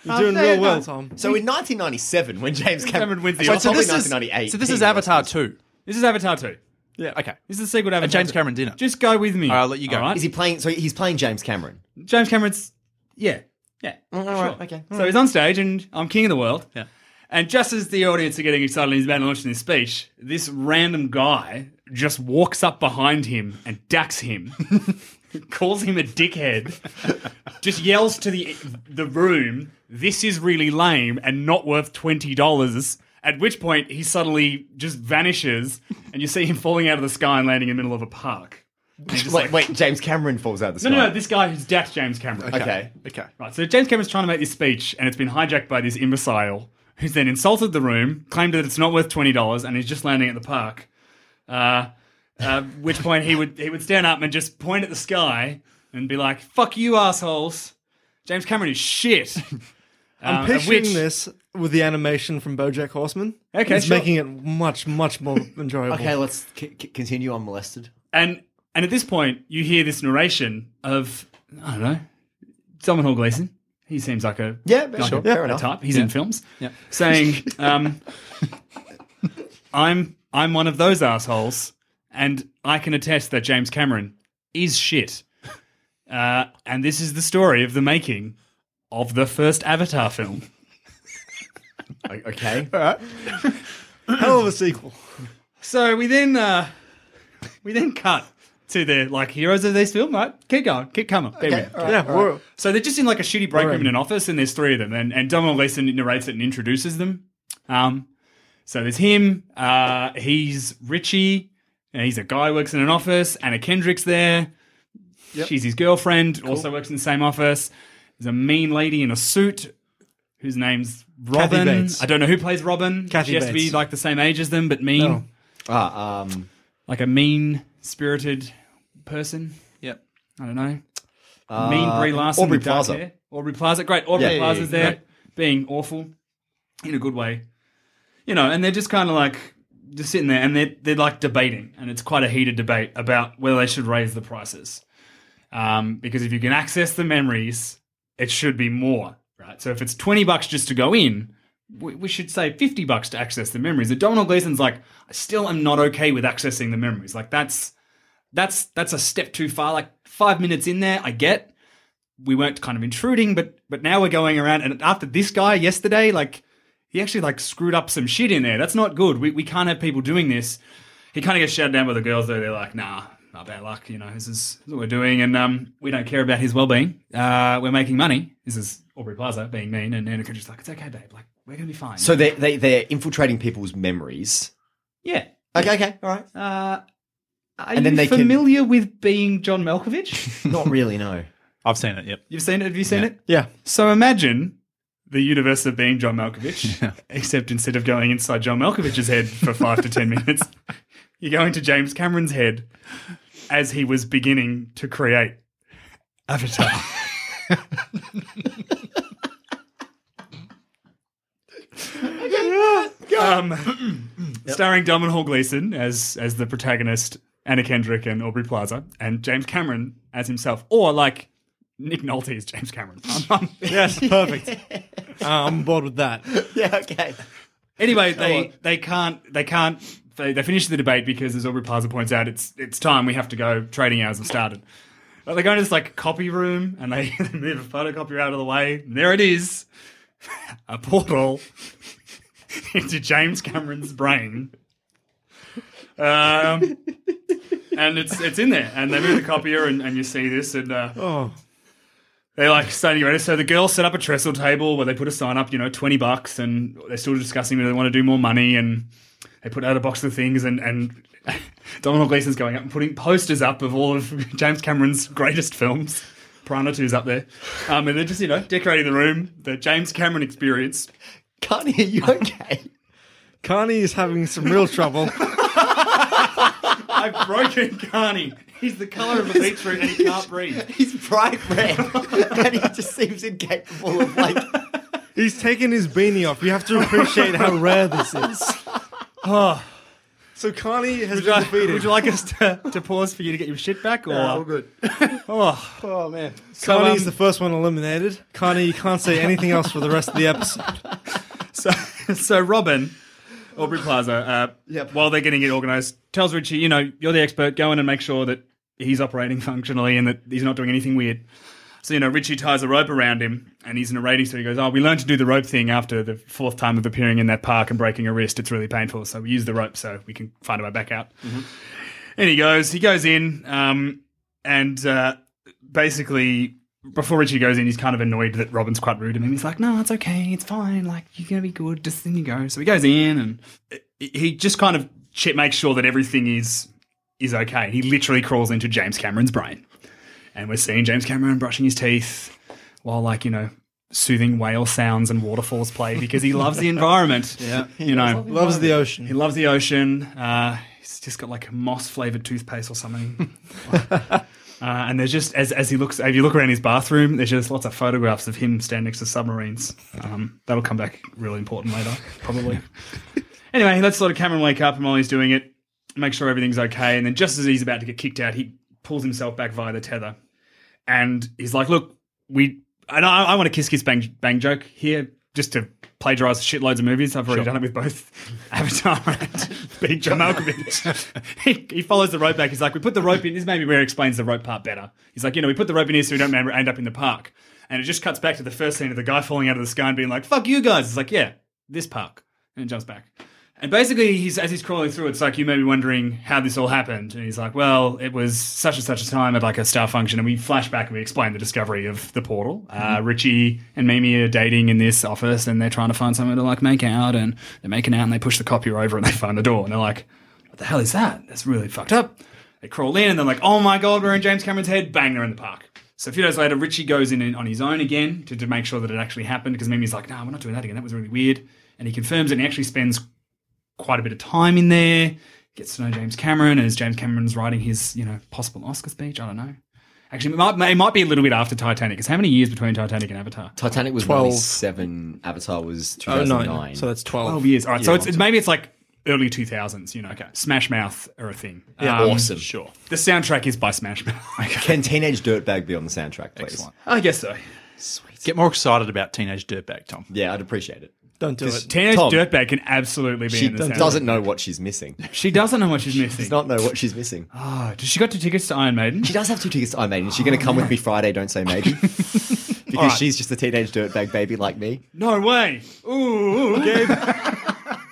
S5: You're doing real well, Tom.
S6: So in 1997, when James Cameron,
S4: Cameron wins the
S6: Actually,
S4: Oscar.
S6: probably
S7: this is-
S6: 1998.
S7: so this is
S6: he was.
S7: Avatar two.
S4: This is Avatar 2.
S5: Yeah.
S7: Okay.
S4: This is the sequel to Avatar.
S7: James
S4: 2.
S7: Cameron's in it.
S4: Just go with me.
S7: All right, I'll let you go.
S4: All right?
S6: Is he playing? So he's playing James Cameron.
S4: James Cameron's yeah, yeah. Mm, All right, okay. So he's on stage, and I'm king of the world. Yeah. And just as the audience are getting excited and he's about to launch this speech, this random guy just walks up behind him and ducks him, calls him a dickhead, just yells to the the room, "This is really lame and not worth twenty dollars." At which point he suddenly just vanishes, and you see him falling out of the sky and landing in the middle of a park. And he's just
S6: Wait, wait. James Cameron falls out of the sky.
S4: no, no, no, this guy who's Dax James Cameron.
S6: okay.
S7: Okay.
S4: Right, so James Cameron's trying to make this speech, and it's been hijacked by this imbecile who's then insulted the room, claimed that it's not worth twenty dollars, and is just landing at the park. Uh, uh, which point he would he would stand up and just point at the sky and be like, "Fuck you, assholes! James Cameron is shit."
S5: I'm
S4: um, of
S5: picturing
S4: which-
S5: this with the animation from BoJack Horseman.
S4: Okay,
S5: it's
S4: sure.
S5: making it much, much more enjoyable.
S6: Okay, let's c- c- continue unmolested.
S4: And and at this point, you hear this narration of I don't know, Simon Hall Gleason. He seems like a
S6: Yeah,
S4: like
S6: sure,
S4: a,
S6: fair
S4: a
S6: enough.
S4: type. He's in films. Saying, um, "I'm I'm one of those assholes, and I can attest that James Cameron is shit." Uh, and this is the story of the making of the first Avatar film.
S6: O- Okay.
S5: Hell of a sequel.
S4: So we then uh, we then cut to the like heroes of this film, right? Keep going, keep coming. There we go.
S5: yeah, we're-
S4: So they're just in like a shitty break room in an office, and there's three of them, and, and Domhnall Gleeson narrates it and introduces them. Um, so there's him. Uh, he's Richie, and he's a guy who works in an office. Anna Kendrick's there. She's his girlfriend, also works in the same office. There's a mean lady in a suit whose name's
S5: Kathy
S4: Robin.
S5: Bates.
S4: I don't know who plays Robin.
S5: Kathy
S4: she has to be
S5: Bates. Oh.
S4: like the same age as them, but mean,
S5: No.
S6: Ah, um,
S4: like a mean spirited person.
S7: Yep.
S4: I don't know. mean
S5: Uh,
S4: Brie Larson.
S6: Aubrey
S4: with dark
S6: Plaza.
S4: hair. Aubrey Plaza. Great. Aubrey
S6: Yeah, yeah,
S4: Plaza's
S6: yeah,
S4: there
S6: great.
S4: being awful in a good way. You know, and they're just kind of like just sitting there and they're, they're like debating. And it's quite a heated debate about whether they should raise the prices. Um, because if you can access the memories, it should be more, right? So if it's 20 bucks just to go in, we, we should say 50 bucks to access the memories. And Domhnall Gleeson's like, I still am not okay with accessing the memories. Like that's that's that's a step too far. Like five minutes in there, I get. We weren't kind of intruding, but but now we're going around and after this guy yesterday, like he actually like screwed up some shit in there. That's not good. We we can't have people doing this. He kind of gets shouted down by the girls though. They're like, nah, not bad luck. You know, this is, this is what we're doing, and um, we don't care about his well being. Uh, we're making money. This is Aubrey Plaza being mean, and Anna Kendrick's like, it's okay, babe. Like we're gonna be fine.
S6: so they they they're infiltrating people's memories.
S4: yeah.
S6: Okay, okay, all right.
S4: Uh, are
S6: And then
S4: you
S6: they can-
S4: familiar with being John Malkovich?
S6: Not really, no.
S7: I've seen it. Yep.
S4: You've seen it? Have you seen it?
S5: yeah.
S4: So imagine the universe of being John Malkovich, except instead of going inside John Malkovich's head for five to ten minutes, you go into James Cameron's head as he was beginning to create Avatar. um, starring Domhnall Hall Gleeson as as the protagonist, Anna Kendrick and Aubrey Plaza, and James Cameron as himself, or like Nick Nolte is James Cameron.
S5: Yes, perfect. Uh, I'm bored with that.
S6: yeah, okay.
S4: anyway, they, they can't they can't they, they finish the debate because as Aubrey Plaza points out, it's it's time we have to go. Trading hours have started. But they go into this like copy room and they, they move a photocopier out of the way. And there it is, a portal into James Cameron's brain. Um, and it's it's in there. And they move the copier and, and you see this and. Uh,
S5: Oh,
S4: they like starting ready. So the girls set up a trestle table where they put a sign up, you know, twenty bucks, and they're still discussing whether they want to do more money. And they put out a box of things, and and Donald Gleason's going up and putting posters up of all of James Cameron's greatest films. Piranha 2's up there, um, and they're just you know decorating the room. The James Cameron experience.
S6: Can't hear you. Okay.
S5: Carney is having some real trouble.
S4: I've broken Carney. He's the color of a beetroot, and he can't breathe.
S6: He's bright red, and he just seems incapable of like.
S5: He's taken his beanie off. You have to appreciate how rare this is. Oh. So Carney has been defeated.
S4: Would you like us to, to pause for you to get your shit back, or
S5: good.
S4: oh,
S5: man.
S4: So,
S5: Carney
S4: um,
S5: is the first one eliminated. Carney, you can't say anything else for the rest of the episode.
S4: So, so Robin, Aubrey Plaza, uh, while they're getting it organised, tells Richie, you know, you're the expert. Go in and make sure that he's operating functionally and that he's not doing anything weird. So, you know, Richie ties a rope around him and he's narrating. So he goes, Oh, we learned to do the rope thing after the fourth time of appearing in that park and breaking a wrist. It's really painful. So we use the rope so we can find a way back out. And he goes, he goes in, um, and uh, basically, before Richie goes in, he's kind of annoyed that Robin's quite rude to him. He's like, "No, it's okay, it's fine. Like you're gonna be good. Just then you go." So he goes in, and he- he just kind of che makes sure that everything is is okay. He literally crawls into James Cameron's brain, and we're seeing James Cameron brushing his teeth while, like, you know. Soothing whale sounds and waterfalls play because he loves the environment. yeah, you know,
S5: Loves the
S4: he
S5: ocean.
S4: loves the ocean. Uh, he's just got like moss flavored toothpaste or something. Uh, and there's just as as he looks, if you look around his bathroom, there's just lots of photographs of him standing next to submarines. Um, that'll come back really important later, probably. anyway, he lets Lord Cameron wake up, and while he's doing it, make sure everything's okay. And then just as he's about to get kicked out, he pulls himself back via the tether, and he's like, "Look, we." And I, I want a kiss, kiss, bang, bang joke here, just to plagiarize shitloads of movies. I've already done it with both Avatar and Big John Malkovich. he, he follows the rope back. He's like, "We put the rope in." This maybe where he explains the rope part better. He's like, "You know, we put the rope in here so we don't end up in the park." And it just cuts back to the first scene of the guy falling out of the sky and being like, "Fuck you guys!" It's like, "Yeah, this park," and it jumps back. And basically, he's as he's crawling through, it's like you may be wondering how this all happened. And he's like, "Well, it was such and such a time at like a star function." And we flash back and we explain the discovery of the portal. Uh, Richie and Mimi are dating in this office, and they're trying to find someone to like make out, and they're making out, and they push the copier over, and they find the door, and they're like, "What the hell is that? That's really fucked up." They crawl in, and they're like, "Oh my god, we're in James Cameron's head!" Bang, they're in the park. So a few days later, Richie goes in on his own again to, to make sure that it actually happened because Mimi's like, "No, we're not doing that again. That was really weird." And he confirms it, and he actually spends quite a bit of time in there. Gets to know James Cameron as James Cameron's writing his, you know, possible Oscar speech. I don't know. Actually, it might, it might be a little bit after Titanic. Because how many years between Titanic and Avatar?
S6: Titanic was 97, Avatar was
S5: Oh,
S6: 2009.
S5: nine. So that's 12.
S4: Twelve years. All right. so it's, it's maybe it's like early two thousands. You know, okay. Smash Mouth are a thing. Yeah,
S6: awesome.
S4: Sure. The soundtrack is by Smash Mouth.
S6: Can Teenage Dirtbag be on the soundtrack, please?
S4: I guess so.
S7: Get more excited about Teenage Dirtbag, Tom.
S6: Yeah, I'd appreciate it.
S5: Don't do it.
S4: Teenage
S6: Tom.
S4: Dirtbag can absolutely be
S6: She
S4: in the soundtrack.
S6: doesn't know what she's missing.
S4: She doesn't know what she's missing.
S6: Does not know what she's missing.
S4: Oh, does she got two tickets to Iron Maiden?
S6: She does have two tickets to Iron Maiden. Is she going to come with me Friday? Don't say maybe. because she's just a teenage dirtbag baby like me.
S4: No way. Ooh, ooh, Gabe.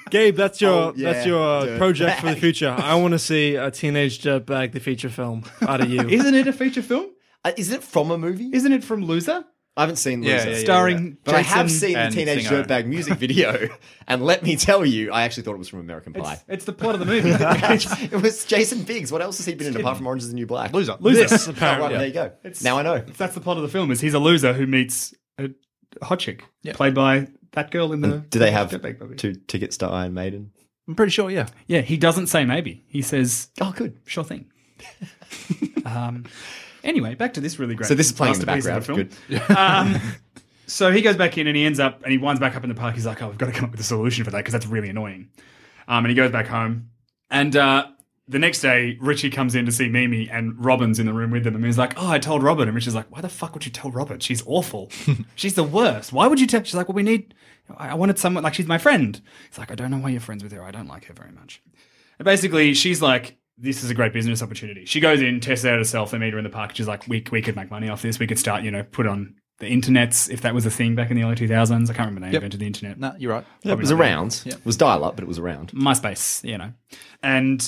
S5: Gabe, that's your
S6: Oh, yeah.
S5: that's your
S6: Dirtbag.
S5: uh, project for the future. I want to see a teenage dirtbag the feature film out of you.
S4: Isn't it a feature film?
S6: Uh, isn't it from a movie?
S4: Isn't it from Loser?
S6: I haven't seen
S7: Yeah,
S6: Loser.
S7: yeah, yeah,
S4: Starring yeah.
S6: But I have
S4: Jason
S6: seen the
S7: and
S6: Teenage
S7: Singer.
S6: Dirtbag music video, and let me tell you, I actually thought it was from American Pie.
S4: It's the plot of the movie.
S6: it was Jason Biggs. What else has he been in apart from Orange is the New Black?
S7: Loser.
S4: Loser.
S6: Oh, right, There you go. now I know.
S4: That's the plot of the film. Is he's a loser who meets a hot chick played by that girl in the.
S6: Do they have
S4: Dirtbag movie.
S6: two tickets to Iron Maiden?
S7: I'm pretty sure, yeah.
S4: Yeah, he doesn't say maybe. He says
S6: Oh, good.
S4: sure thing. um, anyway, back to this really great.
S6: So this is playing in the
S4: masterpiece
S6: background.
S4: of a film.
S6: Good.
S4: Um, so he goes back in and he ends up and he winds back up in the park. He's like, "Oh, we've got to come up with a solution for that because that's really annoying." Um, and he goes back home. And uh, the next day, Richie comes in to see Mimi, and Robin's in the room with them. And he's like, "Oh, I told Robin." And Richie's like, "Why the fuck would you tell Robin? She's awful. she's the worst. Why would you tell?" She's like, "Well, we need. I I wanted someone like she's my friend." He's like, "I don't know why you're friends with her. I don't like her very much." And basically, she's like, this is a great business opportunity. She goes in, tests it out herself. They meet her in the park. She's like, we, we could make money off this. We could start, you know, put on the internets if that was a thing back in the early 2000s. I can't remember the name invented the internet.
S7: No, you're right.
S6: it was around. It was dial up, but it was around.
S4: MySpace, you know. And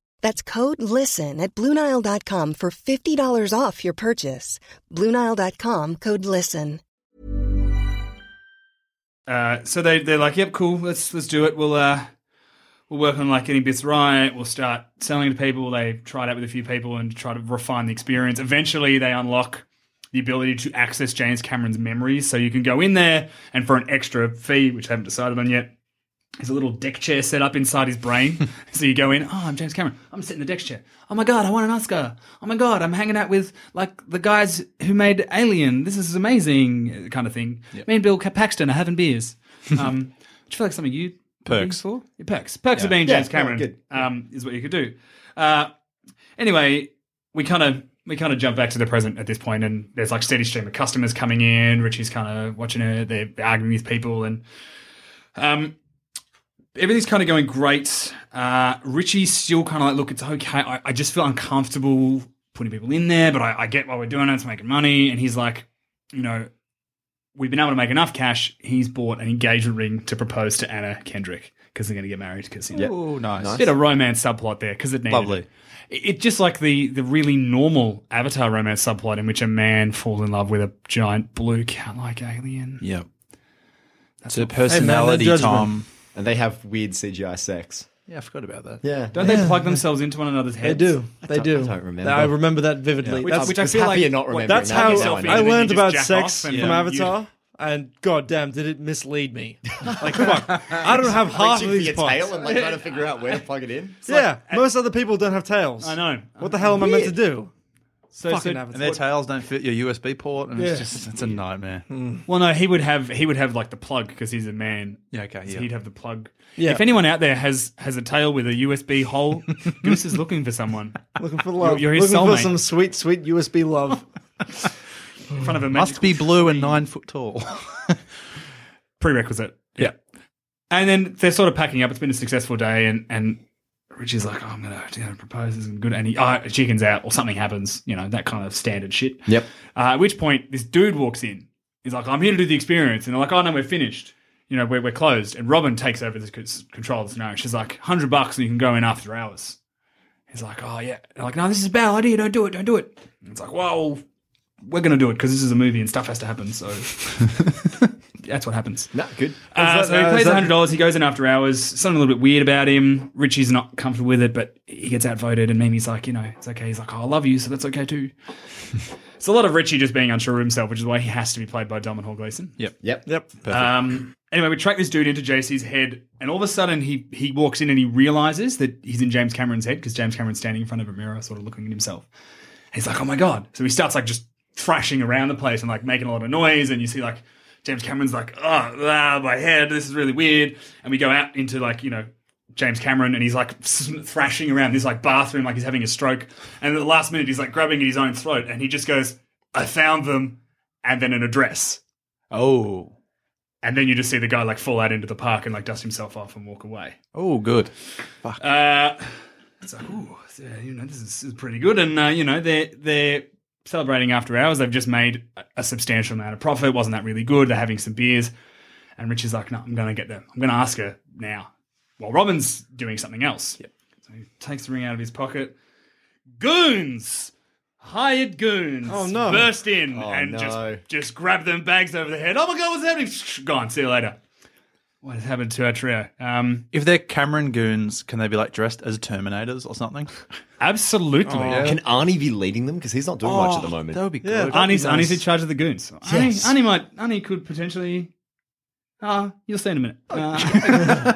S8: That's code LISTEN at Bluenile.com for $50 off your purchase. Bluenile.com code LISTEN.
S4: uh, so they, they're like, yep, cool, let's let's do it. We'll uh, we'll work on like getting bits right. We'll start selling to people. They try it out with a few people and try to refine the experience. Eventually, they unlock the ability to access James Cameron's memories. So you can go in there, and for an extra fee, which I haven't decided on yet, there's a little deck chair set up inside his brain. so you go in, oh, I'm James Cameron. I'm sitting in the deck chair. Oh my God, I won an Oscar. Oh my God, I'm hanging out with like the guys who made Alien. This is amazing, uh, kind of thing.
S7: Yep.
S4: Me and Bill Paxton are having beers. Um, do you feel like something you
S7: Perks.
S4: for? Yeah, perks. Perks
S7: Yeah.
S4: of being
S7: Yeah,
S4: James
S7: yeah,
S4: Cameron
S7: good.
S4: um, is what you could do. Uh, anyway, we kind of we kind of jump back to the present at this point, and there's like steady stream of customers coming in. Richie's kind of watching her. They're arguing with people, and um, everything's kind of going great. Uh, Richie's still kind of like, look, it's okay. I, I just feel uncomfortable putting people in there, but I, I get why we're doing it. It's making money, and he's like, you know, we've been able to make enough cash. He's bought an engagement ring to propose to Anna Kendrick because they're going to get married. Because you know,
S7: Ooh, nice. Nice.
S4: bit of romance subplot there because it needed
S7: Lovely.
S4: It. It- It's just like the the really normal Avatar romance subplot in which a man falls in love with a giant blue cat-like alien.
S7: Yep.
S4: That's
S7: a
S4: not-
S7: personality, Tom.
S6: And they have weird CGI sex.
S7: Yeah, I forgot about that.
S6: Yeah.
S4: Don't they plug themselves into one another's
S6: They
S4: heads?
S6: do.
S5: I They don't- do. I don't remember. I remember that vividly.
S4: Which,
S5: That's-
S4: which I
S5: it's
S4: feel
S5: happy
S4: like
S5: you're not
S4: what-
S5: remembering
S4: that's
S5: that.
S4: how
S5: Yeah,
S4: I
S5: I learned about sex from Avatar, and goddamn, did it mislead me. Like, fuck, I don't have half
S6: Reaching
S5: of
S6: for
S5: these
S6: your
S5: parts.
S6: tail and like trying to figure out where to plug it in.
S5: yeah, most other people don't have tails.
S6: I know.
S5: What the hell am I meant to do?
S7: So, so,
S5: Fucking
S7: and
S5: Avatar.
S7: their tails don't fit your USB port, and it's
S5: Yeah.
S7: just it's a nightmare.
S4: Well, no, he would have he would have like the plug because he's a man.
S7: Yeah, okay,
S4: So
S7: yeah.
S4: He'd have the plug.
S7: Yeah.
S4: If anyone out there has has a tail with a USB hole, Goose is looking for someone.
S5: Looking for
S4: You're-
S5: love.
S4: You're, his
S5: Looking
S4: soulmate.
S5: for some sweet, sweet USB love.
S4: in front of a
S7: Must be blue and nine foot tall.
S4: prerequisite. Yeah. And then they're sort of packing up. It's been a successful day, and and Richie's like, oh, I'm gonna, you know, propose. This is good. And he oh, chickens out, or something happens. You know that kind of standard shit.
S6: Yep.
S4: Uh, at which point, this dude walks in. He's like, I'm here to do the experience. And they're like, oh, no, we're finished. You know, we're, we're closed. And Robin takes over this c- control of the scenario. She's like, 100 bucks and you can go in after hours. He's like, oh, yeah. They're like, no, this is a bad idea. Don't do it. Don't do it. And it's like, well, we're going to do it because this is a movie and stuff has to happen. So that's what happens.
S6: No, good.
S4: Uh,
S6: Is that-
S4: so he
S6: uh, is
S4: plays
S6: that-
S4: $100. He goes in after hours. Something a little bit weird about him. Richie's not comfortable with it, but he gets outvoted. And Mimi's like, you know, it's okay. He's like, oh, I love you, so that's okay too. It's a lot of Richie just being unsure of himself, which is why he has to be played by Diamond Hall Gleason.
S7: Yep.
S6: Yep.
S5: Yep.
S4: Um, anyway, we track this dude into JC's head, and all of a sudden he he walks in and he realizes that he's in James Cameron's head because James Cameron's standing in front of a mirror, sort of looking at himself. And he's like, "Oh my god!" So he starts like just thrashing around the place and like making a lot of noise, and you see like James Cameron's like, "Oh, ah, my head, this is really weird." And we go out into like you know. James Cameron and he's like thrashing around this like bathroom like he's having a stroke and at the last minute he's like grabbing at his own throat and he just goes I found them and then an address
S7: Oh,
S4: and then you just see the guy like fall out into the park and like dust himself off and walk away.
S7: oh, good.
S4: Uh, it's like, ooh, so, you know, this is, this is pretty good. And uh, you know, they're they're celebrating after hours. They've just made a- a substantial amount of profit. Wasn't that really good? They're having some beers, and Rich is like, no, I'm gonna get them. I'm gonna ask her now. While Robin's doing something else, so he takes the ring out of his pocket. Goons. Hired goons
S5: Oh, no.
S4: burst in
S5: Oh,
S4: and
S5: no.
S4: just just grab them bags over the head. Oh my god, what's happening? Gone. See you later. What has happened to our trio? Um,
S7: If they're Cameron goons, can they be like dressed as Terminators or something?
S4: Absolutely.
S6: Can Arnie be leading them? Because he's not doing much at the moment.
S7: That would be good.
S4: Yeah,
S7: That'd be
S4: Arnie's,
S7: nice.
S4: Arnie's in charge of the goons.
S7: Yes.
S4: Arnie, Arnie might, Arnie could potentially. Ah, you'll see in a minute. Uh,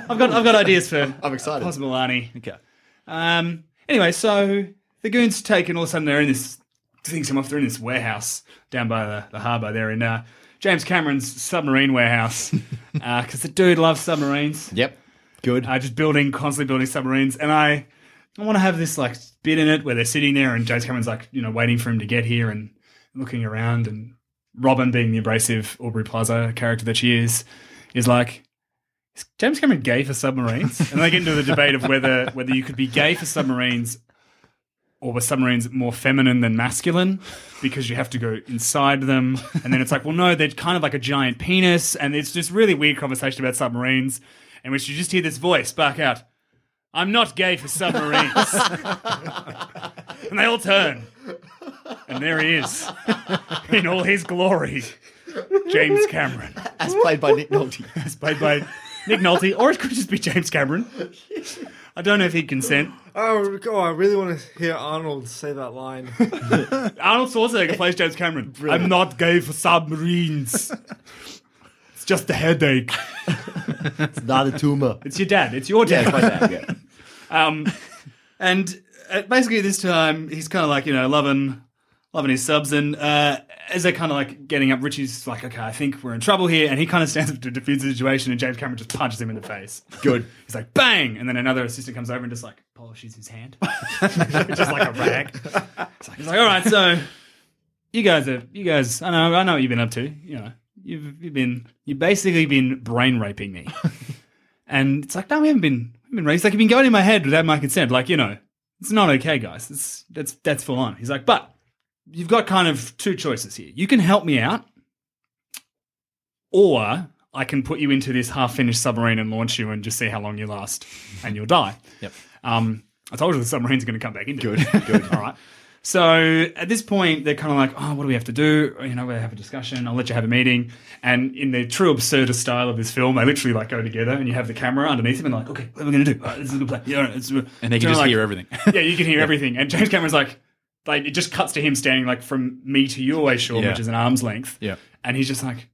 S4: I've got, I've got ideas for. I'm excited. Possible Arnie.
S7: Okay.
S4: Um. Anyway, so the goons take, and all of a sudden they're in this. Things come off. They're in this warehouse down by the, the harbour. They're in uh, James Cameron's submarine warehouse because the dude loves submarines.
S6: Yep. Good.
S4: Uh, just building, constantly building submarines. And I, I want to have this like bit in it where they're sitting there and James Cameron's like, you know, waiting for him to get here and looking around. And Robin, being the abrasive Aubrey Plaza character that she is, is like, is James Cameron gay for submarines? and they get into the debate of whether whether you could be gay for submarines or were submarines more feminine than masculine because you have to go inside them and then it's like well no they're kind of like a giant penis and it's just really weird conversation about submarines in which you just hear this voice bark out i'm not gay for submarines and they all turn and there he is in all his glory james cameron
S6: As played by Nick Nolte.
S4: as played by nick nolte or it could just be james cameron I don't know if he'd consent.
S5: Oh, God, I really want to hear Arnold say that line.
S4: Arnold Schwarzenegger plays James Cameron. I'm not gay for submarines. it's just a headache.
S6: it's not a tumor.
S4: It's your dad. It's your dad.
S6: Yeah, it's my dad,
S4: Um, and uh, basically, this time he's kind of like you know loving, loving his subs, and uh, as they're kind of like getting up, Richie's like, okay, I think we're in trouble here, and he kind of stands up to defuse the situation, and James Cameron just punches him in the face.
S6: Good.
S4: He's like, bang, and then another assistant comes over and just like polishes his hand, just like a rag. It's like, he's like, all right, so you guys are, you guys, I know, I know what you've been up to. You know, you've, you've been, you've basically been brain raping me. and it's like, no, we haven't been, we haven't been raped. It's like, you've been going in my head without my consent. Like, you know, it's not okay, guys. It's, that's, that's full on. He's like, but you've got kind of two choices here. You can help me out, or I can put you into this half finished submarine and launch you and just see how long you last and you'll die.
S6: Yep.
S4: Um, I told you the submarine's going to come back into Good, good. All right. So at this point, they're kind of like, oh, what do we have to do? You know, we have a discussion. I'll let you have a meeting. And in the true absurdist style of this film, they literally like go together and you have the camera underneath them and like, okay, what are we going to do? All right, this is a good plan. Yeah, all right, it's, and
S7: they can just hear everything.
S4: yeah, you can hear everything. And James Cameron's like, like, it just cuts to him standing like from me to you away, Sean,
S7: Yeah.
S4: which is an arm's length.
S7: Yeah.
S4: And he's just like,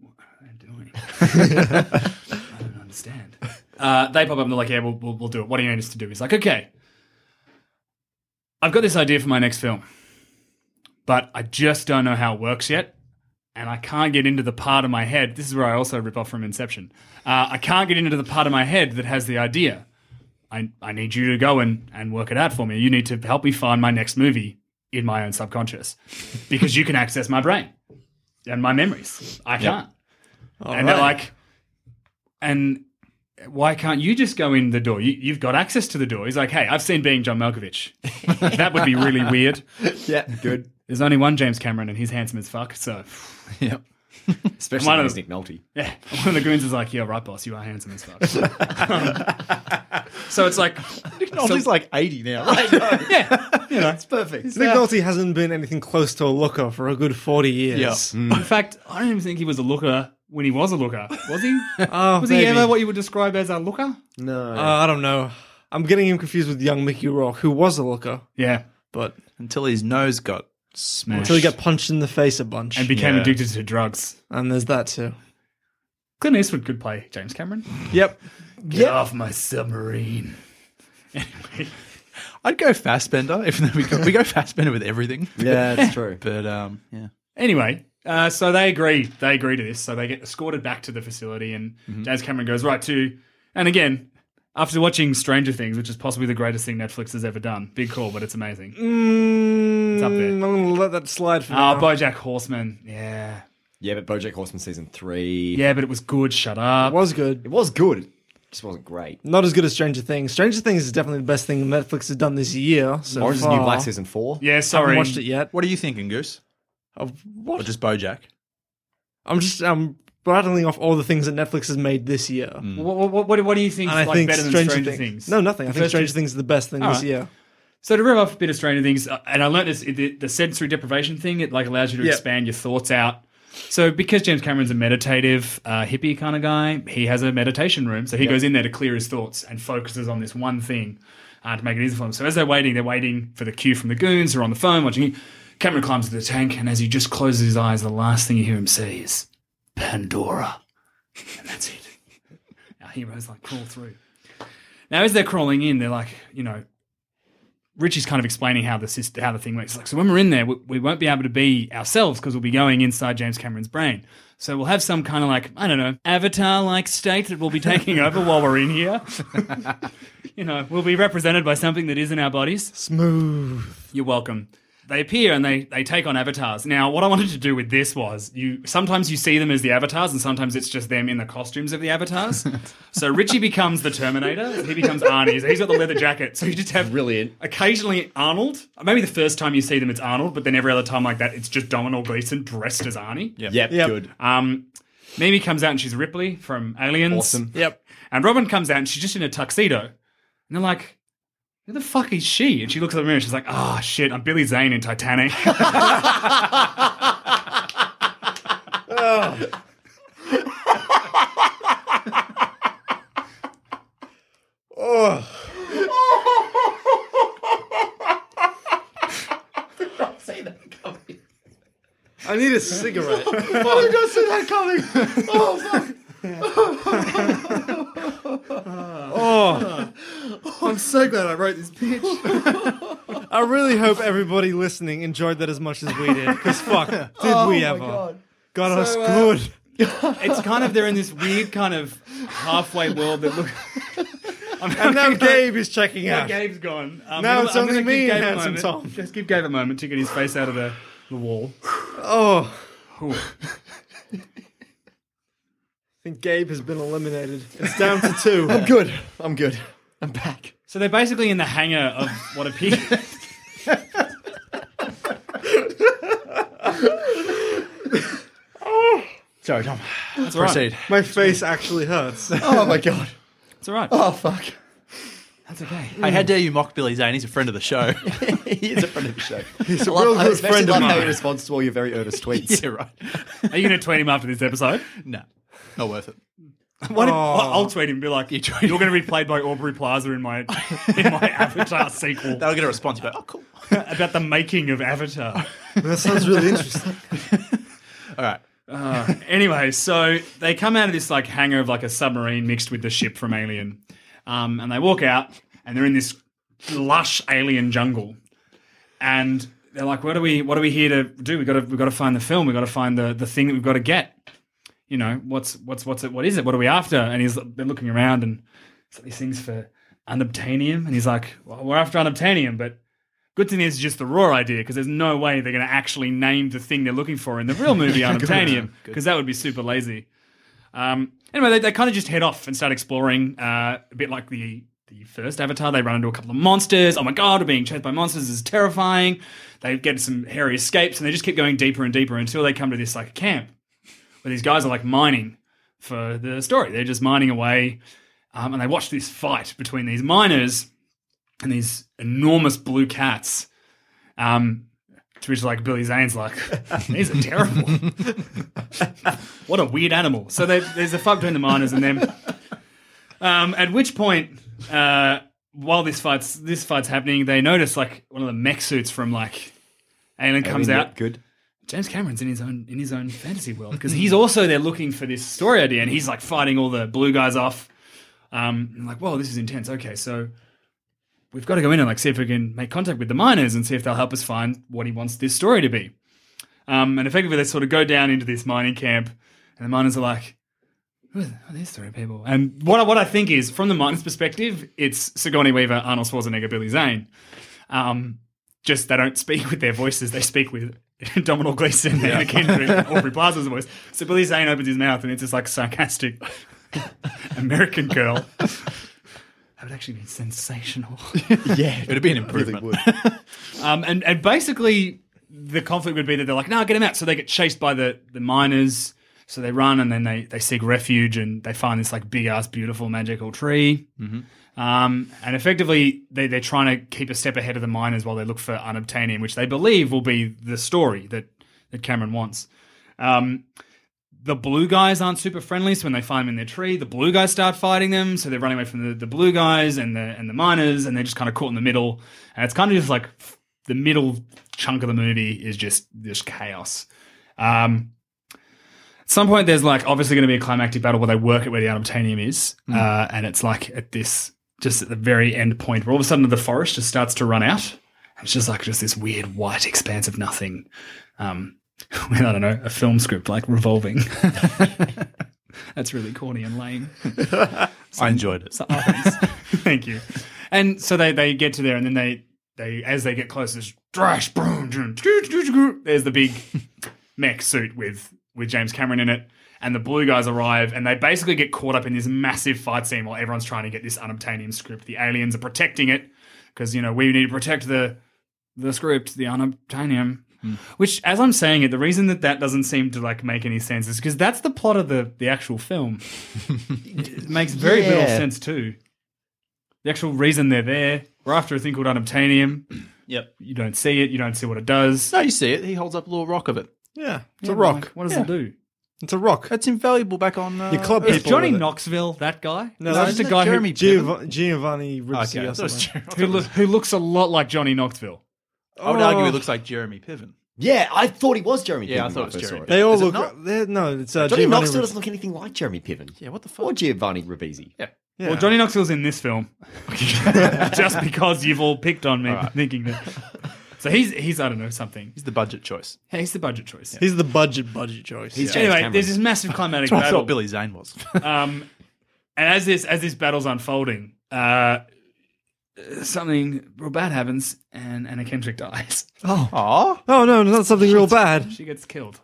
S4: what are they doing? I don't understand. Uh, they pop up and they're like, yeah, we'll, we'll, we'll do it. What do you need us to do? He's like, okay, I've got this idea for my next film, but I just don't know how it works yet. And I can't get into the part of my head. This is where I also rip off from Inception. Uh, I can't get into the part of my head that has the idea. I, I need you to go and, and work it out for me. You need to help me find my next movie in my own subconscious because you can access my brain and my memories. I
S7: Yep.
S4: can't.
S7: All
S4: and they're
S7: right.
S4: like, and why can't you just go in the door? You, you've got access to the door. He's like, hey, I've seen Being John Malkovich. that would be really weird.
S6: yeah, good.
S4: There's only one James Cameron, and he's handsome as fuck. So,
S7: yep.
S6: Especially
S4: One of
S6: when he's
S4: the-
S6: Nick Nolte.
S4: Yeah, one of the goons is like, "Yeah, right, boss, you are handsome as fuck." so it's like, Nick
S7: Nolte's like 80 now.
S4: you know,
S6: it's perfect.
S5: Nick Nolte hasn't been anything close to a looker for a good 40 years.
S4: In fact, I don't even think he was a looker when he was a looker. Was he?
S5: Oh,
S4: was
S5: maybe.
S4: he ever what you would describe as a looker?
S6: No.
S5: Uh, I don't know. I'm getting him confused with young Mickey Rourke, who was a looker.
S4: Yeah.
S5: But
S7: until his nose got smashed.
S5: until he got punched in the face a bunch
S4: And became
S7: Yeah.
S4: addicted to drugs.
S5: And there's that too.
S4: Clint Eastwood could play James Cameron.
S5: Yep.
S4: Get off my submarine.
S7: I'd go Fassbender. If we go, we go Fassbender with everything.
S6: Yeah, that's true.
S7: but um, yeah.
S4: Anyway, uh, so they agree. They agree to this. So they get escorted back to the facility, and
S5: Mm-hmm.
S4: James Cameron goes right to. And again, after watching Stranger Things, which is possibly the greatest thing Netflix has ever done, big call, but it's amazing.
S5: Mm,
S4: up there.
S5: I'm going to let that slide for
S4: Ah,
S5: now.
S4: BoJack Horseman. Yeah,
S6: Yeah, but BoJack Horseman season three.
S4: yeah, but it was good. Shut up.
S5: It was good.
S6: It was good. It just wasn't great.
S5: Not as good as Stranger Things. Stranger Things is definitely the best thing Netflix has done this year. So
S6: Orange is the
S5: far.
S6: New Black season four.
S4: Yeah, sorry.
S5: Haven't watched it yet.
S7: What are you thinking, Goose?
S5: Of
S7: Or
S5: what?
S7: just BoJack?
S5: I'm just I'm rattling off all the things that Netflix has made this year.
S4: What, what, what, what do you think?
S5: And
S4: Mm. Like
S5: I think
S4: better
S5: Stranger,
S4: than Stranger
S5: Things.
S4: Things.
S5: No, nothing. I
S4: The
S5: think
S4: first
S5: Stranger
S4: two-
S5: Things is the best thing
S4: All
S5: this
S4: right.
S5: year.
S4: So to rev off a bit of Stranger Things, uh, and I learned this, it- the, the sensory deprivation thing, it like allows you to
S5: Yeah.
S4: expand your thoughts out. So because James Cameron's a meditative, uh, hippie kind of guy, he has a meditation room. So he goes in there to clear his thoughts and focuses on this one thing uh, to make it easy for him. So as they're waiting, they're waiting for the cue from the goons who are on the phone watching. it. Cameron climbs to the tank, and as he just closes his eyes, the last thing you hear him say is Pandora, and that's it. Our heroes like crawl through. Now, as they're crawling in, they're like, you know, Richie's kind of explaining how the system, how the thing works. He's Like, so when we're in there, we, we won't be able to be ourselves because we'll be going inside James Cameron's brain. So we'll have some kind of like I don't know avatar-like state that we'll be taking over while we're in here. you know, we'll be represented by something that isn't our bodies.
S5: Smooth.
S4: You're welcome. They appear and they, they take on avatars. Now, what I wanted to do with this was you sometimes you see them as the avatars and sometimes it's just them in the costumes of the avatars. so Richie becomes the Terminator, he becomes Arnie, so he's got the leather jacket. So you just have
S6: Brilliant.
S4: occasionally Arnold. Maybe the first time you see them it's Arnold, but then every other time like that it's just Domino Gleeson dressed as Arnie.
S7: Yep.
S6: Yep,
S5: Yep.
S6: good.
S4: Um Mimi comes out and she's Ripley from Aliens.
S6: Awesome.
S5: Yep.
S4: And Robin comes out and she's just in a tuxedo. And they're like, who the fuck is she? And she looks at the mirror and she's like, oh shit, I'm Billy Zane in Titanic.
S5: Oh, I need a cigarette.
S9: I didn't see that coming. Oh, fuck.
S5: Oh,
S9: I'm so glad I wrote this pitch.
S5: I really hope everybody listening enjoyed that as much as we did. Because fuck, did
S9: Oh
S5: we
S9: my
S5: ever?
S9: God.
S5: Got us
S4: So, uh,
S5: good.
S4: it's kind of they're in this weird kind of halfway world that look. I'm
S5: And now Gabe is checking
S4: Now
S5: out.
S4: Gabe's gone. Um,
S5: Now
S4: gonna-
S5: it's
S4: I'm
S5: only
S4: gonna
S5: me
S4: give
S5: and
S4: Gabe a
S5: Handsome
S4: moment.
S5: Tom.
S4: Just give Gabe a moment to get his face out of the, the wall.
S5: Oh. I think Gabe has been eliminated. It's down to two.
S4: I'm
S5: good. I'm good. I'm back.
S4: So they're basically in the hangar of what appears.
S7: Sorry, Tom.
S4: That's all right.
S5: Proceed. My face actually hurts.
S7: Oh my God.
S4: It's all right.
S7: Oh,
S6: fuck.
S4: That's okay.
S7: Hey, how dare you mock Billy Zane? He's a friend of the show.
S6: he is a friend of the show.
S7: He's
S6: I
S7: a
S6: love-
S7: real
S6: I
S7: good
S6: especially
S7: friend of
S6: love how he
S7: mine.
S6: responds to all your very earnest tweets.
S7: yeah, right.
S4: Are you going to tweet him after this episode?
S7: No, not worth it.
S4: What if,
S7: Oh.
S4: I'll tweet him and be like, you are going to be played by Aubrey Plaza in my in my Avatar sequel.
S7: That'll get a response about, oh, cool.
S4: about the making of Avatar.
S5: That sounds really interesting.
S7: All right.
S4: Uh, anyway, so they come out of this like hangar of like a submarine mixed with the ship from Alien, um, and they walk out and they're in this lush alien jungle, and they're like, "What are we? What are we here to do? We got to we got to find the film. We got to find the the thing that we've got to get. You know, what's what's what's it? What is it? What are we after?" And he's they're looking around and it's like these things for unobtainium, and he's like, well, "We're after unobtainium, but." Good thing is just the raw idea because there's no way they're going to actually name the thing they're looking for in the real movie
S7: Good.
S4: Unobtainium
S7: Good.
S4: because that would be super lazy. Um, anyway, they, they kind of just head off and start exploring uh, a bit like the the first Avatar. They run into a couple of monsters. Oh my god, we're being chased by monsters this is terrifying. They get some hairy escapes and they just keep going deeper and deeper until they come to this like camp where these guys are like mining for the story. They're just mining away, um, and they watch this fight between these miners and these enormous blue cats. Um, to which like Billy Zane's like, these are terrible. what a weird animal. So they, there's a fight between the miners and them. Um, at which point, uh, while this fight's this fight's happening, they notice like one of the mech suits from like Alien comes
S6: Alien
S4: out.
S6: looked good.
S4: James Cameron's in his own in his own fantasy world because he's also there looking for this story idea and he's like fighting all the blue guys off. Um, and like, whoa, this is intense. Okay, so we've got to go in and like see if we can make contact with the miners and see if they'll help us find what he wants this story to be. Um, and effectively, they sort of go down into this mining camp, and the miners are like, "Who are th- who are these three people?" And what I, what I think is, from the miners' perspective, it's Sigourney Weaver, Arnold Schwarzenegger, Billy Zane. Um, just they don't speak with their voices; they speak with Domhnall Gleeson
S7: Yeah.
S4: and Anakin Aubrey Plaza's voice. So Billy Zane opens his mouth, and it's just like sarcastic American girl. That would actually be sensational.
S7: yeah, it would be an improvement.
S4: Um, and, and basically, the conflict would be that they're like, no, get him out. So they get chased by the, the miners. So they run and then they, they seek refuge and they find this like big ass, beautiful, magical tree.
S7: Mhm.
S4: Um, and effectively, they, they're trying to keep a step ahead of the miners while they look for unobtainium, which they believe will be the story that, that Cameron wants. Um, the blue guys aren't super friendly, so when they find them in their tree, the blue guys start fighting them. So they're running away from the, the blue guys and the and the miners, and they're just kind of caught in the middle. And it's kind of just like f- the middle chunk of the movie is just just chaos. Um, at some point, there's like obviously going to be a climactic battle where they work at where the unobtainium is, uh, and it's like at this just at the very end point where all of a sudden the forest just starts to run out. And It's just like just this weird white expanse of nothing. Um, I don't know, a film script like revolving. That's really corny and lame.
S7: I enjoyed it.
S4: So- oh, thanks. Thank you. And so they, they get to there, and then they they as they get closer, it's drash, boom, dun, doo, doo, doo, doo. there's the big mech suit with with James Cameron in it, and the blue guys arrive, and they basically get caught up in this massive fight scene while everyone's trying to get this unobtainium script. The aliens are protecting it because you know we need to protect the the script, the unobtainium. Which, as I'm saying it, the reason that that doesn't seem to like make any sense is because that's the plot of the the actual film. it makes very little
S7: Yeah.
S4: sense too. The actual reason they're there, we're after a thing called unobtainium.
S7: Yep.
S4: You don't see it. You don't see what it does.
S7: No, you see it. He holds up a little rock of it.
S5: Yeah,
S4: it's a rock. what does it do?
S5: It's a rock.
S7: That's invaluable back on. Uh,
S5: You club
S7: Earth.
S5: people.
S4: Is Johnny
S5: with it.
S4: Knoxville that guy?
S5: No,
S4: Is that
S5: that's
S4: just a guy who,
S5: Jeremy Giov- Giovanni Ribisi
S7: Okay, I
S5: or
S7: thought it was
S5: something.
S7: Jeremy-
S4: who, loo- who looks a lot like Johnny Knoxville.
S7: I would argue
S5: Oh.
S7: he looks like Jeremy Piven.
S6: Yeah, I thought he was Jeremy
S7: Yeah, I
S6: Piven
S7: thought
S6: when
S7: it was
S6: first saw
S7: Jeremy
S5: They all look. they're- No, it's uh,
S6: Johnny
S5: Giovanni
S6: Knoxville
S5: Rib-
S6: doesn't look anything like Jeremy Piven. Yeah, what the fuck? Or Giovanni Ribisi.
S7: Yeah.
S4: Well, Johnny Knoxville's in this film, just because you've all picked on me for thinking that. So he's he's I don't know something.
S7: He's the budget choice.
S4: Yeah, he's the budget choice.
S5: He's the budget budget choice.
S4: He's James Anyway, Cameron. there's this massive climatic
S7: That's what I
S4: battle.
S7: thought Billy Zane was.
S4: um, and as this as this battle's unfolding, uh, something real bad happens, and Anna Kendrick dies.
S5: Oh. Oh no, not something real bad.
S4: She gets killed.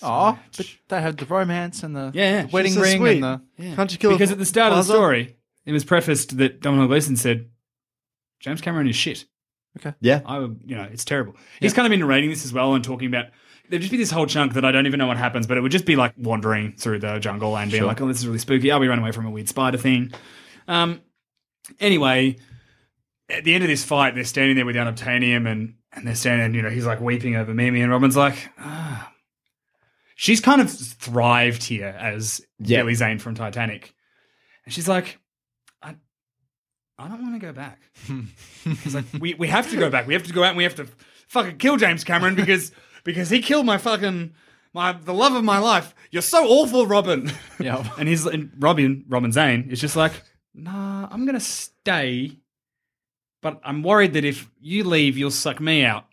S7: Oh, but they had the romance and the,
S4: Yeah, yeah.
S7: the wedding
S4: She's so
S7: ring
S4: sweet.
S7: and the
S4: Yeah.
S5: Can't you kill
S4: because
S5: a
S4: at the start of
S5: plaza?
S4: the story, it was prefaced that Domhnall Gleeson said, "James Cameron is shit."
S7: Okay.
S6: Yeah.
S4: I, would- you know, it's terrible. He's kind of been narrating this as well and talking about. There'd just be this whole chunk that I don't even know what happens, but it would just be like wandering through the jungle and being
S7: Sure.
S4: like, "Oh, this is really spooky." Oh, we run away from a weird spider thing. Um. Anyway, at the end of this fight, they're standing there with the unobtainium, and and they're standing, you know, he's like weeping over Mimi, and Robin's like, ah. she's kind of thrived here as
S6: Yeah.
S4: Billy Zane from Titanic, and she's like, I, I don't want to go back. He's like, we we have to go back. We have to go out, and we have to fucking kill James Cameron because because he killed my fucking. My, the love of my life. You're so awful, Robin.
S7: Yeah.
S4: and he's and Robin, Robin Zane is just like, nah, I'm gonna stay but I'm worried that if you leave, you'll suck me out.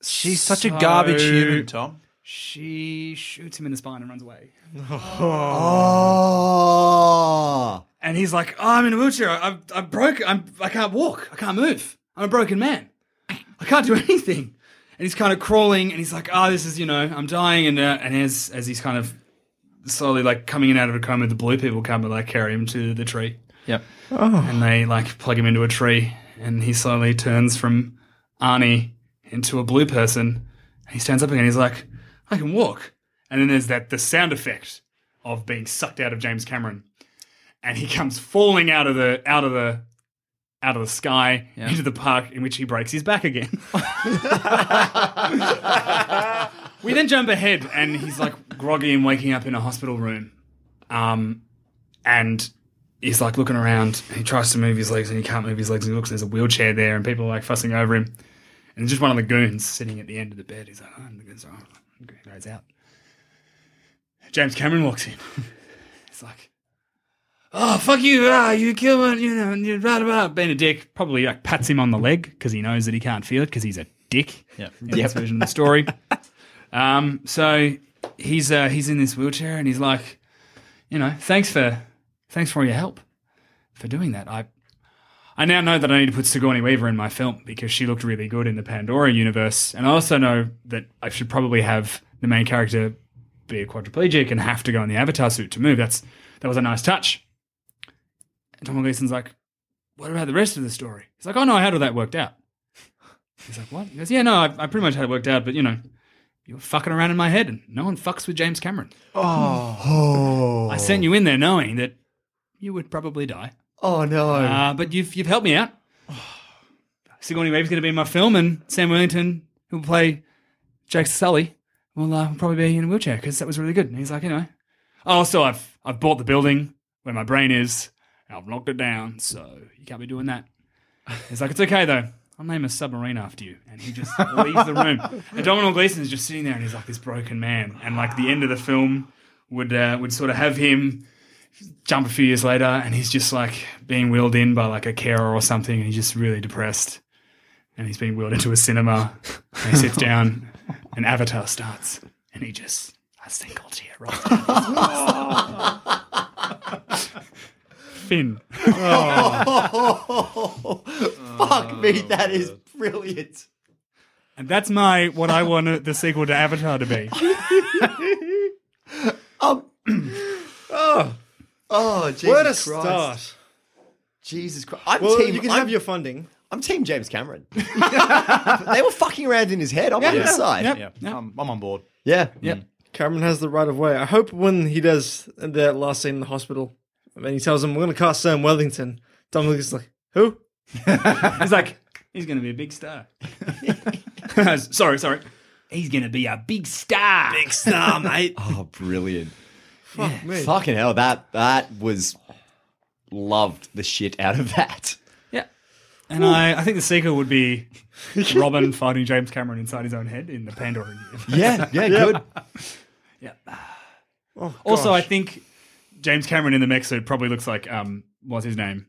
S7: She's such a garbage human, Tom.
S4: She shoots him in the spine and runs away.
S6: Oh.
S4: And he's like, oh, I'm in a wheelchair. I'm, I'm broke. I'm, I can't walk. I can't move. I'm a broken man. I can't do anything. And he's kind of crawling and he's like, oh, this is, you know, I'm dying. And, uh, and as, as he's kind of slowly like coming in out of a coma, the blue people come and like carry him to the tree.
S7: Yep.
S4: And they like plug him into a tree, and he slowly turns from Arnie into a blue person. And he stands up again. He's like, "I can walk." And then there's that the sound effect of being sucked out of James Cameron, and he comes falling out of the out of the out of the sky into the park, in which he breaks his back again. we then jump ahead, and he's like groggy and waking up in a hospital room. Um, and he's like looking around. And he tries to move his legs and he can't move his legs. And he looks, there's a wheelchair there, and people are like fussing over him. And just one of the goons sitting at the end of the bed. He's like, oh, and the goons are He goes out. James Cameron walks in. It's like, oh, fuck you. Ah, you killed You know, and you're blah, blah, blah. Being a dick. Probably like pats him on the leg because he knows that he can't feel it because he's a dick
S7: Yeah.
S4: in this version of the story. um, so he's uh, he's in this wheelchair and he's like, you know, thanks for thanks for all your help for doing that. I I now know that I need to put Sigourney Weaver in my film because she looked really good in the Pandora universe, and I also know that I should probably have the main character be a quadriplegic and have to go in the Avatar suit to move. That's that was a nice touch. And Tom Gleason's like, what about the rest of the story? He's like, oh no, I had all that worked out. He's like, what? He goes, yeah, no, I, I pretty much had it worked out, but you know, you were fucking around in my head, and no one fucks with James Cameron.
S6: Oh.
S4: I sent you in there knowing that you would probably die.
S6: Oh no.
S5: Ah.
S4: Uh, but you've you've helped me out. Sigourney Weaver's going to be in my film, and Sam Worthington, who will play Jack Sully, will uh, probably be in a wheelchair because that was really good. And he's like, anyway. Oh, also, I've I've bought the building where my brain is. And I've knocked it down, so you can't be doing that. He's like, it's okay though. I'll name a submarine after you, and he just leaves the room. And Domhnall Gleeson's just sitting there, and he's like this broken man. And like the end of the film would uh, would sort of have him jump a few years later, and he's just like being wheeled in by like a carer or something, and he's just really depressed. And he's being wheeled into a cinema, and he sits down, and Avatar starts, and he just a single tear rolls down his face. Finn.
S6: Fuck me, that is brilliant.
S4: And that's my what I want the sequel to Avatar to be.
S5: Oh,
S6: Oh, Jesus
S5: where to
S6: Christ.
S5: start?
S6: Jesus Christ. I'm
S5: well,
S6: team
S5: you can
S6: I'm,
S5: have your funding.
S6: I'm team James Cameron. they were fucking around in his head. I'm on his side.
S4: Yep.
S7: Yeah. I'm, I'm on board.
S6: Yeah.
S4: Yep.
S5: Cameron has the right of way. I hope when he does that last scene in the hospital, and he tells him, "We're going to cast Sam Wellington." Dominic is like, "Who?"
S4: He's like, he's going to be a big star. sorry, sorry. He's going to be a big star. Big star, mate.
S6: Oh, brilliant.
S5: Fuck me.
S6: Fucking hell, that that was loved the shit out of that.
S4: Yeah. And I, I think the sequel would be Robin fighting James Cameron inside his own head in the Pandora year.
S6: Yeah, yeah, good.
S4: yeah.
S5: Oh,
S4: also, I
S5: gosh.
S4: think James Cameron in the mech suit probably looks like um, what's his name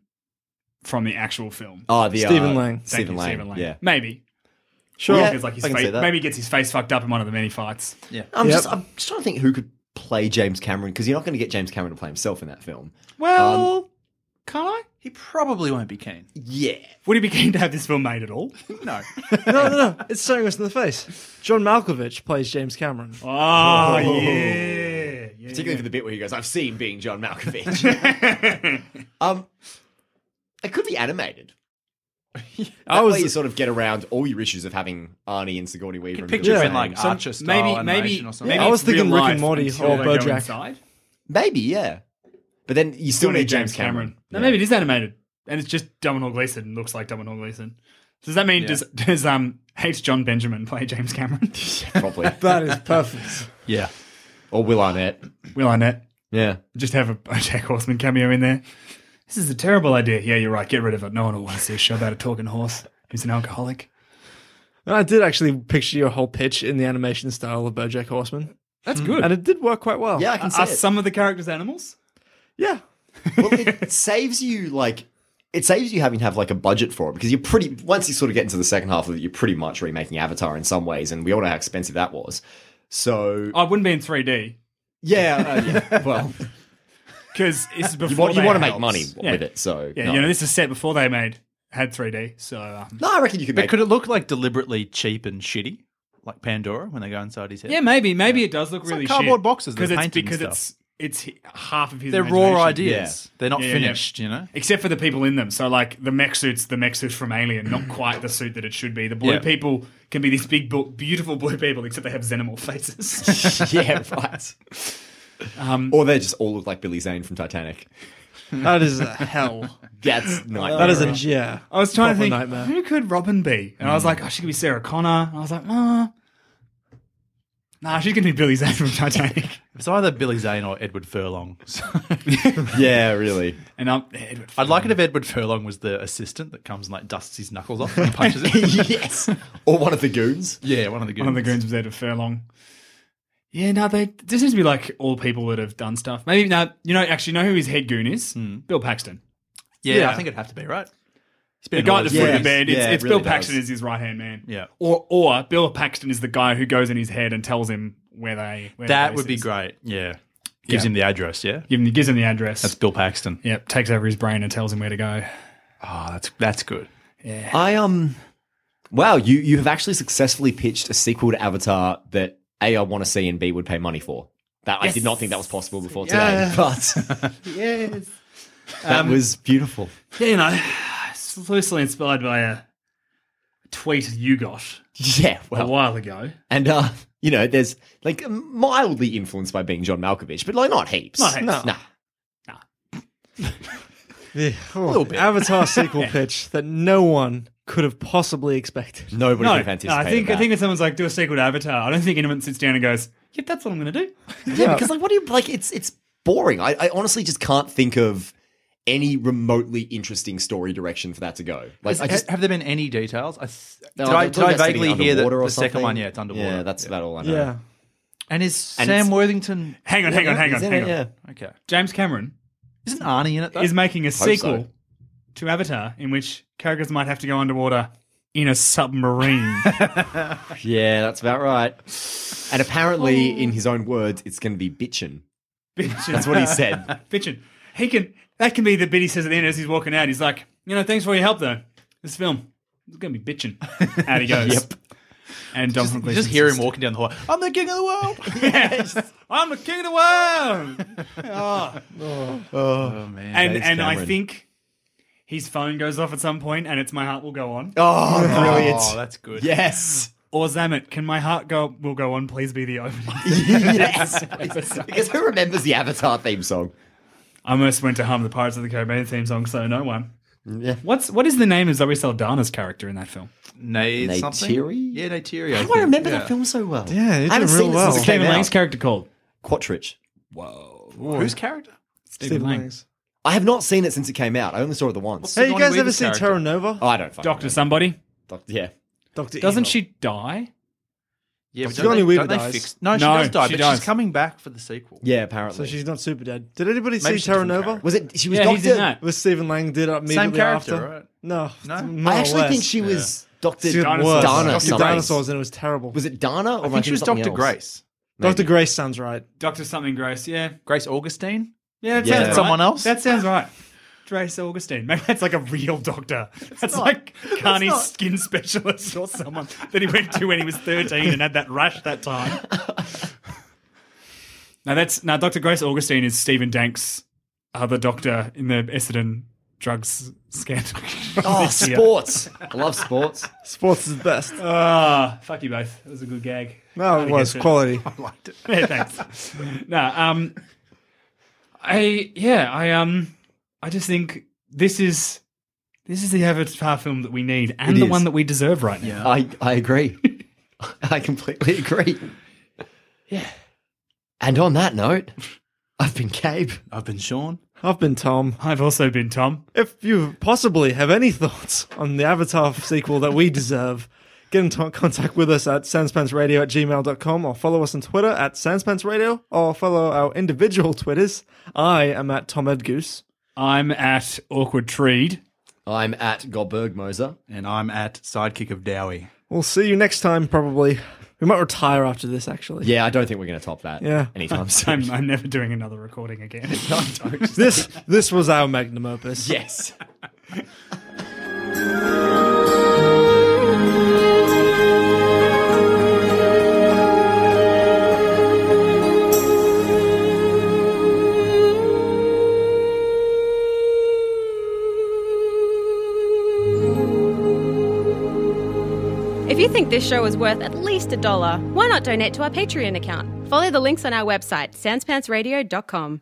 S4: from the actual film?
S6: Oh, the, uh, Stephen Lang.
S4: Thank
S6: Stephen
S4: you,
S6: Lang,
S4: Stephen Lang.
S6: yeah.
S4: maybe.
S6: Sure.
S4: Or
S6: Yeah,
S4: it's like his
S6: I can
S4: face-
S6: see that.
S4: maybe he gets his face fucked up in one of the many fights.
S6: Yeah. I'm just I'm just trying to think who could play James Cameron because you're not going to get James Cameron to play himself in that film.
S4: Well, can't I?
S7: He probably won't be keen.
S6: Yeah.
S4: Would he be keen to have this film made at all?
S7: no.
S5: no, no, no. It's staring us in the face. John Malkovich plays James Cameron.
S4: Oh,
S6: yeah. Particularly for the bit where he goes, "I've seen being John Malkovich." um, it could be animated. That
S5: I was-
S6: way you sort of get around all your issues of having Arnie and Sigourney Weaver. and
S7: picture
S6: Bill
S7: it in,
S6: James.
S7: like, Some- Archer-style maybe- animation maybe- or something.
S5: maybe I was thinking Rick and Morty or BoJack.
S6: Maybe, yeah. But then you still need James Cameron.
S4: No, maybe it is animated, and it's just Domhnall Gleeson and looks like Domhnall Gleeson. Does that mean does does um H John Benjamin play James Cameron?
S6: Probably.
S5: that is perfect.
S6: Yeah. Or Will Arnett.
S4: Will Arnett.
S6: Yeah.
S4: Just have a BoJack Horseman cameo in there. This is a terrible idea. Yeah, you're right. Get rid of it. No one will want to see a show about a talking horse who's an alcoholic.
S5: And I did actually picture your whole pitch in the animation style of BoJack Horseman.
S4: That's good.
S5: and it did work quite well.
S6: Yeah, I can see
S4: Are
S6: it.
S4: some of the characters animals?
S5: Yeah.
S6: well, it saves you like it saves you having to have like a budget for it because you're pretty once you sort of get into the second half of it, you're pretty much remaking Avatar in some ways, and we all know how expensive that was. So
S4: I wouldn't be in 3D.
S6: yeah, uh, yeah. well,
S4: because this is before
S6: you want, you
S4: they
S6: want to make
S4: helped.
S6: money
S4: Yeah.
S6: with it. So
S4: Yeah,
S6: no.
S4: you know, this is set before they made had 3D. So um,
S6: no, I reckon you could
S7: But
S6: make.
S7: could it look like deliberately cheap and shitty, like Pandora when they go inside his head?
S4: yeah, maybe maybe it does look
S7: It's like
S4: really
S7: cardboard
S4: shit,
S7: boxes they're
S4: because it's
S7: painting
S4: because
S7: and stuff.
S4: it's it's half of his.
S7: They're raw
S4: imagination.
S7: ideas. They're not finished, you know?
S4: Except for the people in them. So like the mech suits, the mech suits from Alien, not quite the suit that it should be. The blue
S7: Yeah.
S4: people can be these big, bu- beautiful blue people, except they have xenomorph faces. Um,
S6: yeah, right. or they just all look like Billy Zane from Titanic.
S5: That is a hell.
S6: That's nightmare.
S5: that is a yeah.
S4: I was trying
S5: Proper
S4: to think
S5: nightmare.
S4: who could Robin be, and I was like, oh, she could be Sarah Connor. And I was like, ah, nah, she's gonna be Billy Zane from Titanic.
S7: It's either Billy Zane or Edward Furlong. So-
S6: yeah, really.
S4: And I'm Edward.
S7: I'd like it if Edward Furlong was the assistant that comes and like dusts his knuckles off and punches it.
S6: yes, or one of the goons.
S7: Yeah, one of the goons.
S4: One of the goons was there to Furlong. Yeah, no, they. This seems to be like all people that have done stuff. Maybe now you know. Actually, you know who his head goon is? Bill Paxton.
S7: Yeah,
S4: Yeah.
S7: I think it'd have to be right. He's been
S4: The
S7: in
S4: guy
S7: all
S4: at the
S7: these
S4: foot of the
S7: movies.
S4: bed. It's,
S7: Yeah,
S4: it's
S7: it
S4: Bill
S7: really does.
S4: Paxton is his right hand man.
S7: Yeah.
S4: Or or Bill Paxton is the guy who goes in his head and tells him where they. Where
S7: That
S4: the
S7: would be
S4: place is.
S7: great. Yeah. Gives
S4: Yeah.
S7: him the address, yeah?
S4: Give him, gives him the address.
S7: That's Bill Paxton.
S4: Yep. Takes over his brain and tells him where to go.
S7: Oh, that's that's good.
S6: I um Wow, you you have actually successfully pitched a sequel to Avatar that A I want to see and B would pay money for. That I did not think that was possible before
S4: Yes.
S6: today. But
S4: Yes. Um,
S6: that was beautiful.
S4: Yeah, you know, it's loosely inspired by a tweet you got
S6: Yeah,
S4: a
S6: well
S4: while ago.
S6: and uh you know, there's like mildly influenced by being John Malkovich, but like not heaps.
S4: Not heaps. No.
S6: Nah.
S5: Yeah. Oh, Avatar sequel pitch that no one could have possibly expected.
S6: Nobody
S4: No,
S6: could have
S4: no,
S6: anticipated
S4: I think
S6: that.
S4: I think that someone's like do a sequel to Avatar. I don't think anyone sits down and goes, "Yep, that's what I'm going to do."
S6: Yeah, because like, what do you like? It's it's boring. I, I honestly just can't think of any remotely interesting story direction for that to go. Like,
S7: Is-
S6: I just
S7: have there been any details? I th-
S6: No,
S7: did I,
S6: they're
S7: did
S6: talking
S7: I
S6: about sitting
S7: vaguely hear that
S6: underwater
S7: the
S6: or
S7: second
S6: something.
S7: one? Yeah, it's underwater.
S6: Yeah, that's about all I know.
S5: Yeah.
S7: And is
S6: And
S7: Sam
S6: it's-
S7: Worthington?
S4: Hang on, hang on, hang on,
S6: He's in
S4: hang
S6: it,
S4: on.
S6: yeah.
S7: Okay,
S4: James Cameron
S7: isn't Arnie in it? Though?
S4: is making a sequel
S6: so.
S4: to Avatar in which characters might have to go underwater in a submarine.
S6: Yeah, that's about right. And apparently, in his own words, it's going to be bitchin'.
S4: Bitchin'.
S6: That's what he said.
S4: Bitchin'. He can that can be the bit he says at the end as he's walking out. He's like, you know, thanks for your help though. This film is going to be bitchin'. Out he goes.
S6: Yep.
S4: And Don
S7: You just hear him walking down the hall. I'm the king of the world.
S4: I'm the king of the world. Ah.
S7: oh man,
S4: and
S6: James
S4: and I
S6: Cameron.
S4: think his phone goes off at some point, and it's my heart will go on.
S6: Oh, brilliant.
S7: oh that's good.
S6: Yes.
S4: Or Zamet, can my heart go will go on? Please be the opening.
S6: yes. because who remembers the Avatar theme song?
S4: I almost went to harm the Pirates of the Caribbean theme song, so no one.
S6: Yeah.
S4: What's what is the name of Zoe Saldana's character in that film?
S7: Nate something.
S6: Neytiri?
S7: Yeah, Neytiri.
S6: How do I remember that film so well?
S5: Yeah, you
S6: I haven't
S5: did
S6: seen
S5: real
S6: it
S5: well.
S6: since it came
S4: Stephen
S6: out.
S4: Lang's character called
S6: Quatrich.
S7: Whose character?
S4: Stephen Lang.
S5: Langs.
S6: I have not seen it since it came out. I only saw it the once.
S5: Hey, you guys ever see Terra Nova?
S6: Oh, I don't. fucking
S4: Doctor
S6: know.
S4: somebody.
S6: Doc- yeah.
S5: Doctor.
S4: Doesn't she die?
S7: Yeah,
S5: Sigourney Weaver dies.
S7: no, she
S4: No,
S7: does die,
S4: she
S7: but
S4: does.
S7: she's coming back for the sequel.
S6: Yeah, apparently.
S5: So she's not super dead. Did anybody
S7: Maybe
S5: see
S7: she
S5: Terra
S7: doesn't
S5: Nova?
S7: carry
S6: Was it? She was
S5: yeah,
S6: Doctor.
S5: he's in that. Was Stephen Lang did up
S7: Same
S5: immediately
S7: character,
S5: after?
S7: right?
S5: No,
S7: No?
S6: I actually think she was Doctor Dana.
S5: Dana.
S6: Dana.
S5: Dr.
S6: something.
S5: Dinosaurs, and it was terrible.
S6: Was it Dana? Or am I
S7: I think she was
S6: thinking
S7: Doctor
S6: something else?
S7: Grace.
S5: Dr. Grace sounds right.
S4: Doctor something Grace. Yeah.
S7: Grace Augustine.
S4: Yeah, that
S7: Yeah.
S4: sounds right.
S7: Someone else?
S4: That sounds right. Grace Augustine. Maybe that's like a real doctor. That's like Carney's skin specialist or someone that he went to when he was 13 and had that rash that time. now that's now Dr. Grace Augustine is Stephen Dank's other doctor in the Essendon drugs scandal.
S6: Oh,
S4: This year.
S6: sports. I love sports.
S5: Sports is best.
S4: Ah, fuck you both. That was a good gag.
S5: No, it
S4: I
S5: was
S4: guess
S5: quality.
S7: liked it.
S4: yeah, thanks. no, um, I yeah, I um, I just think this is this is the Avatar film that we need and
S6: It
S4: the
S6: is.
S4: one that we deserve right now.
S6: I, I agree. I completely agree.
S4: Yeah.
S6: And on that note, I've been Gabe.
S7: I've been Sean.
S5: I've been Tom.
S4: I've also been Tom.
S5: If you possibly have any thoughts on the Avatar sequel that we deserve, get in t- contact with us at sanspantsradio at gmail.com or follow us on Twitter at sanspantsradio or follow our individual Twitters. I am at Tom Edgoose.
S4: I'm at awkward treed.
S6: I'm at Goldberg Moser.
S7: And I'm at Sidekick of Dowie.
S5: We'll see you next time, probably. We might retire after this, actually.
S6: Yeah, I don't think we're going to top that
S5: Yeah.
S6: anytime soon.
S4: I'm, I'm never doing another recording again.
S5: This this was our magnum opus.
S6: yes.
S10: If you think this show is worth at least a dollar, why not donate to our Patreon account? Follow the links on our website, sanspantsradio.com.